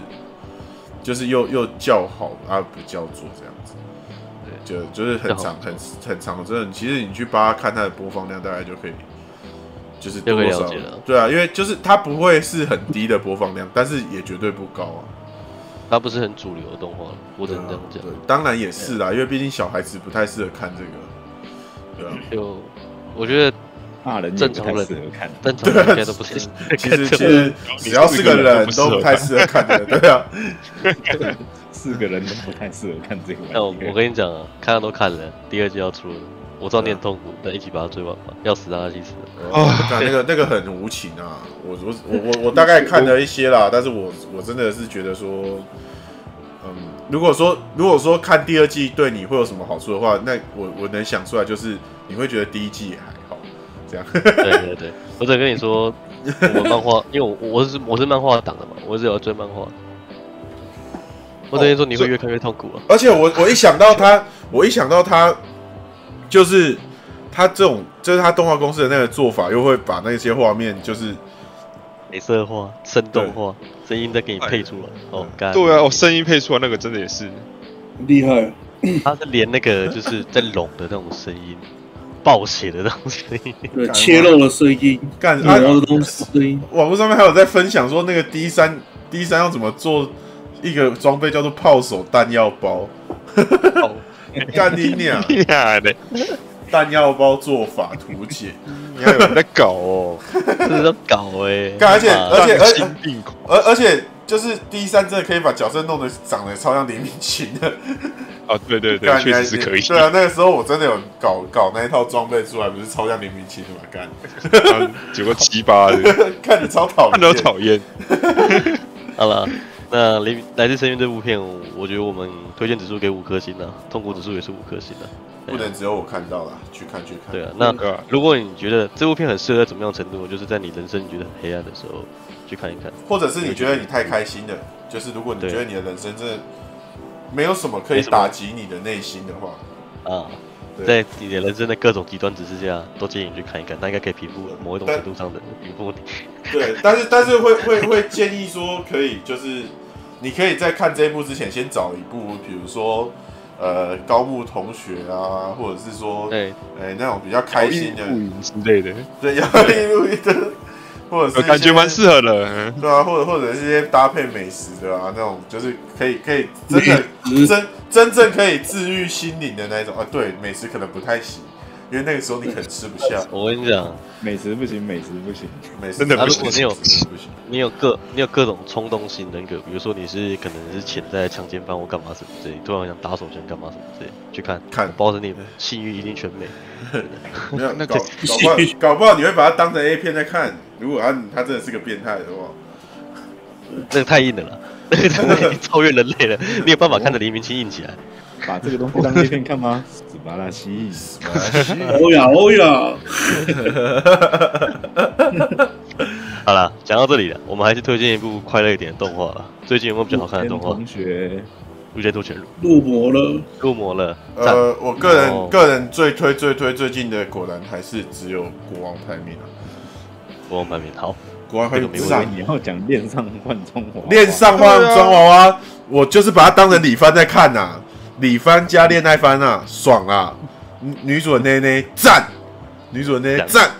就是又又叫好啊不叫做这样子。就就是很长很很长，真的。其实你去帮他看他的播放量，大概就可以，就是
就
多
可以了
少
解了
对啊，因为就是它不会是很低的播放量，但是也绝对不高啊。
它不是很主流的动画，我只
对
能
啊
这样讲
对。，当然也是啦，因为毕竟小孩子不太适合看这个，对 啊。
就我觉得
骂人也
正
不
常
太
人
适合看。
正常人应该都不 是。
其实其实只要是个人都不太适合看的， 对啊。
四个人都不太适合看这个玩意。
但我 我跟你讲啊，看了都看了，第二季要出了，我知道你
啊
很痛苦，但一起把它追完吧，要死让他去死。
啊，那个那个很无情啊！我我我我我 大概看了一些啦，但是我我真的是觉得说，嗯，如果说如果说看第二季对你会有什么好处的话，那我我能想出来就是你会觉得第一季还好，这样
对对 对，我只能跟你说，我们漫 画，因为我我是我是漫画党的嘛，我只有追漫画。我等于
哦
说你会越看越痛苦了。啊
而且我我一想到他，我一想到他，就是他这种就是他动画公司的那个做法，又会把那些画面就是
镭射化、生动化，声音再给你配出来。哦，干。
对啊，我声音配出来那个真的 也是，
厉害！
它是连那个就是在拢的那种声音，爆血的那种声 音，
对，切肉的声音，
干
然
啊，
后的东西声音，
网络上面还有在分享说那个 D 三 D 三要怎么做一个装备叫做炮手弹药包，干你娘！
呀的，
弹药包做法图解，
你
哎
还有人在搞哦，
这是要搞哎、
干而且
干嘛
而且
丧心病狂，
而而且就是 D 三真的可以把角色弄得长得超像黎明琴的，
啊，对对对，
干
确实是可以，
对啊，那个时候我真的有搞搞那一套装备出来，不是超像黎明琴的嘛？干，
啊结果七八的，
看着超讨厌，
看都讨厌，
好了。那《来来自深渊》这部片，我觉得我们推荐指数给五颗星啊，痛苦指数也是五颗星啊。
不能只有我看到了，去看去看。
对啊，那
对啊
如果你觉得这部片很适合在怎么样的程度，就是在你人生你觉得很黑暗的时候去看一看，
或者是你觉得你太开心了，就是如果你
啊对啊
觉得你的人生真的没有什么可以
没什么
打击你的内心的话，
啊，
对
在你的人生的各种极端指示下，都建议你去看一看，它应该可以平复某一种程度上的平复你。
对，但是但是会会会建议说，可以就是你可以在看这一部之前，先找一部，比如说呃高木同学啊，或者是说
对，哦
哎、那种比较开心的，
露营之类的，呃
对，要一路一的，或者是一些
感觉蛮适合的。嗯
对啊，或者或者是一些搭配美食的啊，那种就是可以可以真的
美食
真真正可以治愈心灵的那一种啊。对，美食可能不太行，因为那个时候你可能吃不下
我跟你讲，
美食不行，美食不行，
美食，
真的
不
不
啊如果
行
行，
你有
真的不行。
你有各你有各种冲动型人格，比如说你是可能是潜在强奸犯或干嘛什么之类，突然想打手枪干嘛什么之类，去看，
看
我保证你性欲一定全美。
没有，搞搞不好搞不好你会把它当成 A 片在看。如果他他真的是个变态的话，
那个太硬了啦， 那个太超越人类了，你有办法看着黎明期硬起来？
把这个东西当 A 片 看吗？死巴拉西，
欧呀欧呀，
好啦，讲到这里了，我们还是推荐一部快乐一点的动画吧。最近有没有比较好看的动画？
嗯
同学，
《御剑渡全入
入魔了，
入魔了，赞！
呃，我个人、
哦
个人最推最推最近的，果然还是只有国王排名啊。
国王排名好，啊
国王排
这个没
名
问题
上
你要讲恋上换中华，
哦恋上换
对啊
装娃娃，我就是把它当成李帆在看呐、李帆加恋爱番啊，爽啊！女女主的内内赞，女主的内内赞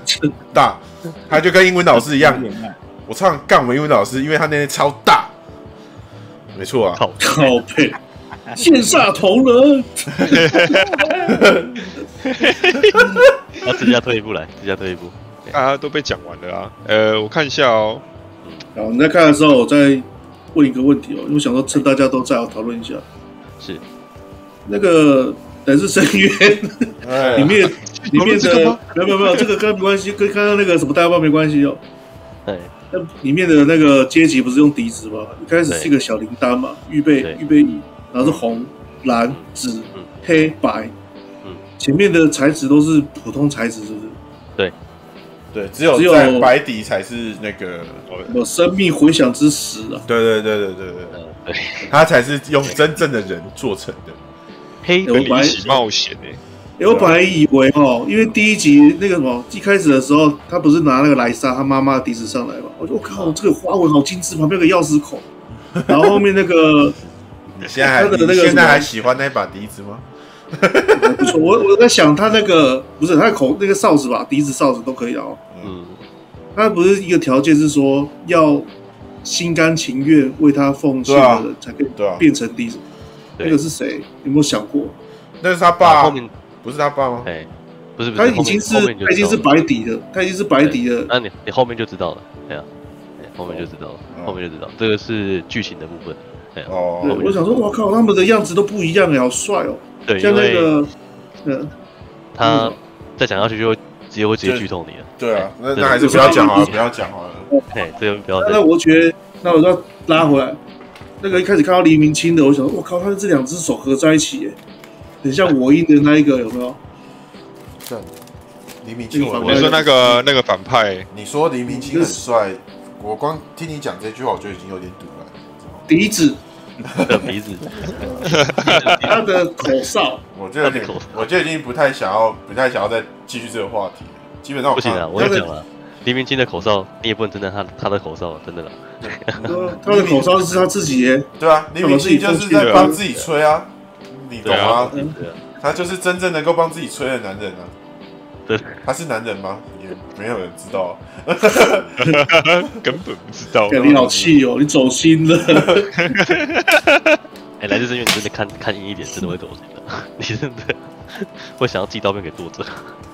大，她就跟英文老师一样，
恋爱
我唱干我英文老师，因为她内内超大，没错啊，
靠，
靠背，羡煞同人，
那自家退一步来， 自家退一步。
啊，都被讲完了啊。呃，我看一下哦。
好，你在看的时候，我再问一个问题哦，因为我想说趁大家都在，我讨论一下
是
那个《乃至深渊》
哎
里面里面
讨论这个
的
吗，
没有没有没有，这个跟没关系，跟刚刚那个什么大爆没关系哦。
哎，
那里面的那个阶级不是用笛子吗？一开始
对
是一个小铃铛嘛，预备
对
预备椅，然后是红、蓝、紫
嗯、
黑、白。
嗯
前面的材质都是普通材质，是不是？
对，只有
只有哦
在白底才是那个，
有生命回响之石啊，
对对对对对对，
哦
呃，对，
他才是用真正的人做成的。
黑
我
白
跟你
白
一起冒险诶、
啊
欸、我本来以为哦，因为第一集那个什么，一开始的时候，他不是拿那个莱莎他妈妈的笛子上来嘛？我就我
嗯
靠，这个花纹好精致，旁边有个钥匙孔，然后后面那个
你现在还
他的那
你
个什么
现在还喜欢那把笛子吗？
不错，我我在想他那个不是他的口那个哨子吧，笛子哨子都可以哦。
嗯，
他不是一个条件是说要心甘情愿为他奉献
对啊
的人才可以
对啊
变成笛子，
对
那个是谁？有没有想过？
那是他
啊
爸，
后面
不是他爸吗？
哎，不是不
他
是，
已经是
后面
他已经是，白底的，他已经是白底
后面就知道了啊那你你后面就知道了，哎
的。
呀，哎后面就知道了，
嗯
后面就知道，这个是剧情的部分。哎呀，
哦，
对，我想说，我靠，他们的样子都不一样哎，好帅哦！
对，
像
因
那
为
个，嗯，
他再讲下去就会直接会直接剧透你了。
对啊，那
哎对
那还是不要讲好了，不要讲好了。
哎，这个不要再
那我觉得，那我就要拉回来。那个一开始看到黎明清的，我想说，我靠，他的这两只手合在一起，哎，很像我印的那一个，有没有？
这样黎明清，我嗯
我对
你说那个那个反派，
你说黎明清很帅，我光听你讲这句话，我就已经有点堵了。
笛子，
的鼻子，
他的口 哨，
我就有点
他的口，
我就已经不太想要，不太想要再继续这个话题了。基本上我
不行
看
啊！我跟你讲了，黎明清的口哨，你也不能真的他他的口哨，真的啦。
他的口哨是他自己耶，
对啊，黎明清就是在帮自己吹啊，你
对
懂吗？
啊
对啊
他就是真正能够帮自己吹的男人啊。
对，
他是男人吗？也没有人知道啊。
根本不知道。
感觉你好气哦，你走心了。
哎，来自深渊，你真的看看硬一点，真的会走心的。 你真的会想要寄刀片给作者，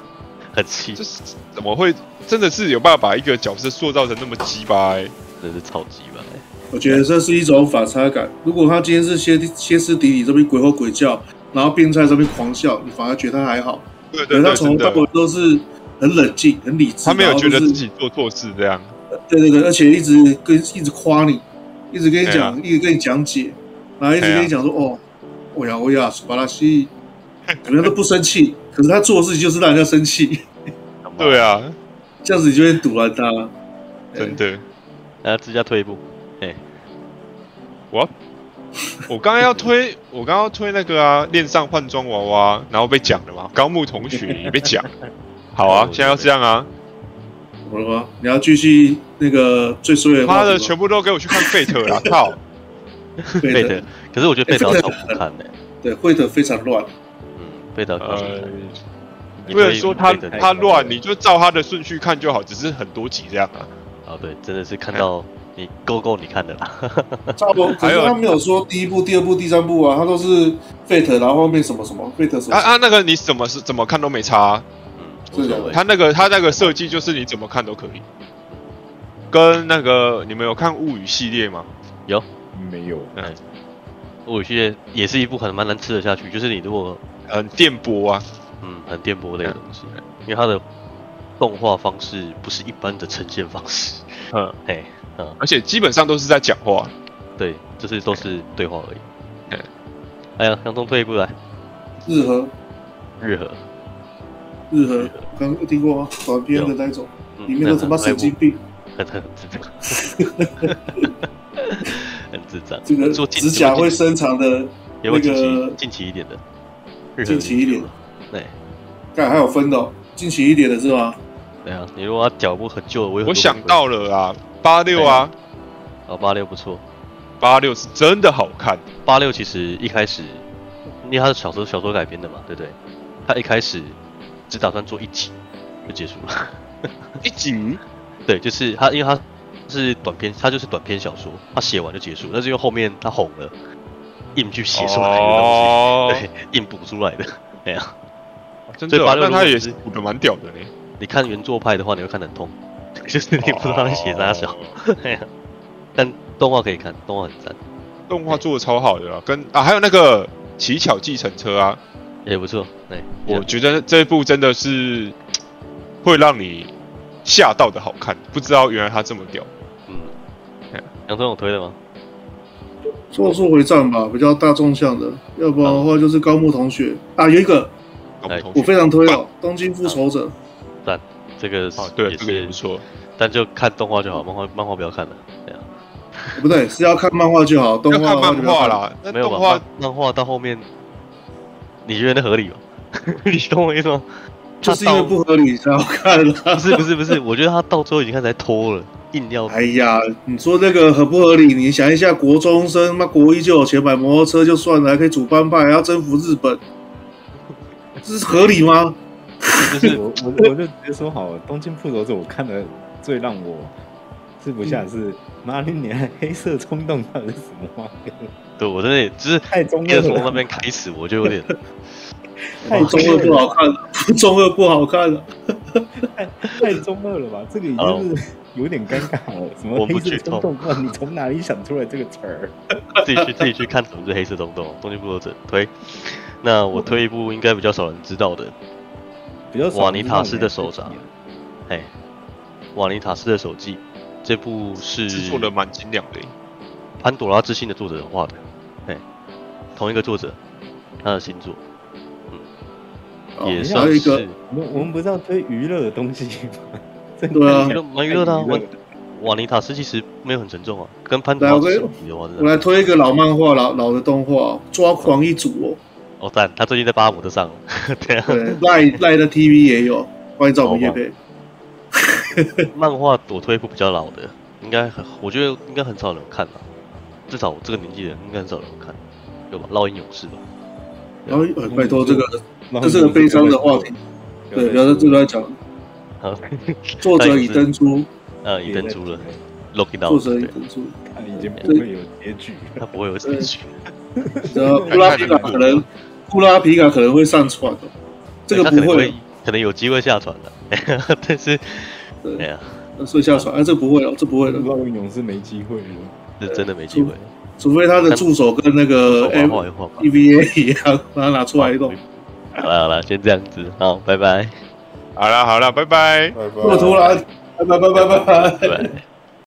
很气
这，是怎么会真的是有办法把一个角色塑造成那么鸡巴、欸？
真的是超级吧？
我觉得这是一种反差感。如果他今天是歇歇斯底里这边鬼吼鬼叫，然后变态这边狂笑，你反而觉得他还好，
对
可
对
是他
对，
从头
真
到尾
的，
都是很冷静、很理智，
他没有觉得
然后
自
就是
己做错事这样。
对对对，而且一直跟一直夸你，一直跟你讲，
啊
一直跟你讲解，然后一直跟你讲说、哦，我呀我呀，苏巴拉西，人家都不生气，可是他做的事情就是让人家生气，
对啊，
这样子你就会堵拦他。
真的。
啊，自家退一步，
我刚刚要推，我刚刚要推那个啊，恋上换装娃娃，然后被讲了嘛，高木同学也被讲。好啊，现在要这样啊！
怎么了吗？你要继续那个最衰的
妈
话
的，
是
全
吗
部都给我去看 Fate 啦！ 靠，
贝
对
特
的，，
可是我觉得
哎
贝特好
这
像超
个
好看的，
对，会的非常 乱。
嗯，贝特好像超好
呃
看。，
不能说他
你可以
他乱，你就照他的顺序看就好，只是很多集这样啊。
啊啊，对，真的是看到你够够你看的啦。
差不多。可
还
是
有
他没有说第一部、第二部、第三部啊，他都是 Fate，然后后面什么什么 Fate 什么
啊啊，那个你怎么是怎么看都没差啊、
嗯，无所谓。
它那个它那个设计就是你怎么看都可以。跟那个你们有看《物语》系列吗？
没有，
我觉得也是一部很蛮难吃得下去，就是你如果
很电波啊，
嗯很电波类的东西，
嗯
因为它的动画方式不是一般的呈现方式。
嗯，
嘿，
而且基本上都是在讲话。
对，就是都是对话而已。
嗯
哎呀，洋葱退一步来，
日和
日和
日和，刚刚听过吗？短篇的那一种，
嗯
里面都他妈神经，病，
很很很智障， 很智障。
这个
做近
指甲会
近
伸长的，
有没有近
那
期
个
近期一点的？日和
近期一点的，
对
干还有分的哦，近期一点的是吗？
对啊，你如果要脚步很旧的，我有很多
我想
回馈
到了啊，八六啊，
啊，八六不错，
八六是真的好看。
八六其实一开始，因为它是小说小说改编的嘛，对不对？他一开始只打算做一集就结束了，
一集
对，就是他，因为他是短篇，他就是短篇小说，他写完就结束，但是因为后面他红了，硬去写出来的东
哦
西， 对，硬补出来的。哎呀，
真
所
的
以
啊、
八六
那
如果
他也
只
是补的蛮屌的呢。
你看原作派的话，你会看得很痛， 就是 你不知道他在写啥小
哦，，
哎呀，但动画可以看，动画很赞，
动画做的超好的啊，跟啊还有那个《乞巧计程车》啊，
也不错。哎，
我觉得这一部真的是会让你吓到的好看，不知道原来它这么屌。
嗯，
哎
杨总有推的吗？
咒术回战吧，比较大众向的，要不然的话就是高木同学啊，有一个
搞
哎
不同
我非常推哦，《东京复仇者》哦
这个是
啊，对，
也
这个也不
是，
错。
但就看动画就好，漫画漫画不要看了。对啊，
不对，是要看漫画就好，动
要
画的
看
话就
漫
不要
画
看。
啦，那
没有
动
吧？
画
漫漫画到后面，你觉得那合理吗？ 你懂我意思吗？
就是因为不合理才要看啦
不。是不是不是，我觉得他到最后已经开始在拖了，硬要
哎呀，你说那个合不合理？你想一下，国中生妈国一就有钱买摩托车就算了，还可以主办派，还要征服日本，这是合理吗？
就是
我我我就直接说好，《东京复仇者》我看的最让我吃不
嗯
下的是，妈的，你还黑色冲动到底是什么啊？
对我真的也就是
太中
叶
二
从那
了，
边开始，我就有点
太
中
中
二
二
不
了，
好看了，中二不好看了。
太中二了 吧？这个已经是有点尴尬了。什
哦我
么
不
黑
剧
色
透
冲动啊？你从哪里想出来这个词儿？啊
自己去自己去看什么是黑色东东，东京复仇者推。那我推一部应该比较少人知道的，
比较少
瓦尼塔斯的
知道
手
你
札，哎，《瓦尼塔斯的手记》这部是
制作的蛮精良的。
《潘朵拉之心》的作者画的，哎，同一个作者，他的新作
哦
也
还
算
有一个
是，
我们我们不是要推娱乐的东西 吗？这个
对啊
娱乐蛮娱乐的啊。
太
瓦瓦尼塔斯其实没有很沉重啊，跟潘朵
来
拉
我
之
跟
心比的话，
我
真的
来推一个老漫画，老老的动画，《抓狂一族》哦，
哦赞，他最近在巴姆特上了，对 啊，
对，哦赖赖的 TV 也有，欢迎找我们叶贝。
漫画我推一部比较老的，应该很，我觉得应该很少人看吧，至少我这个年纪的人应该很少人看，有吧？烙印勇士吧，
然后，呃拜托这个，
然后
嗯
这是个悲伤的话题，对，不要在这边讲。
好，
作者已 登出，
呃，已登出了，Looking
作
Down，
者已
对，
登出。
看已经不会有结局了。
他不会有结局，
呃，库拉皮卡可能，库拉皮卡可能会上传的，这个
他
不
可能
会
会，，可能有机会下船的， 但是，
对
哎呀，
呃所以下传，哎，这不会了，这不会了，
嗯
老勇是没机会了，
是真的没机会。
除非他的助手跟那个
画
M
画一画吧。
EVA 呃哎一样，把它拿出来弄。
好了好了，先这样子，好，拜拜，
好啦好啦，拜拜。
拜拜
这么突然，拜拜拜拜拜
拜
拜。
拜。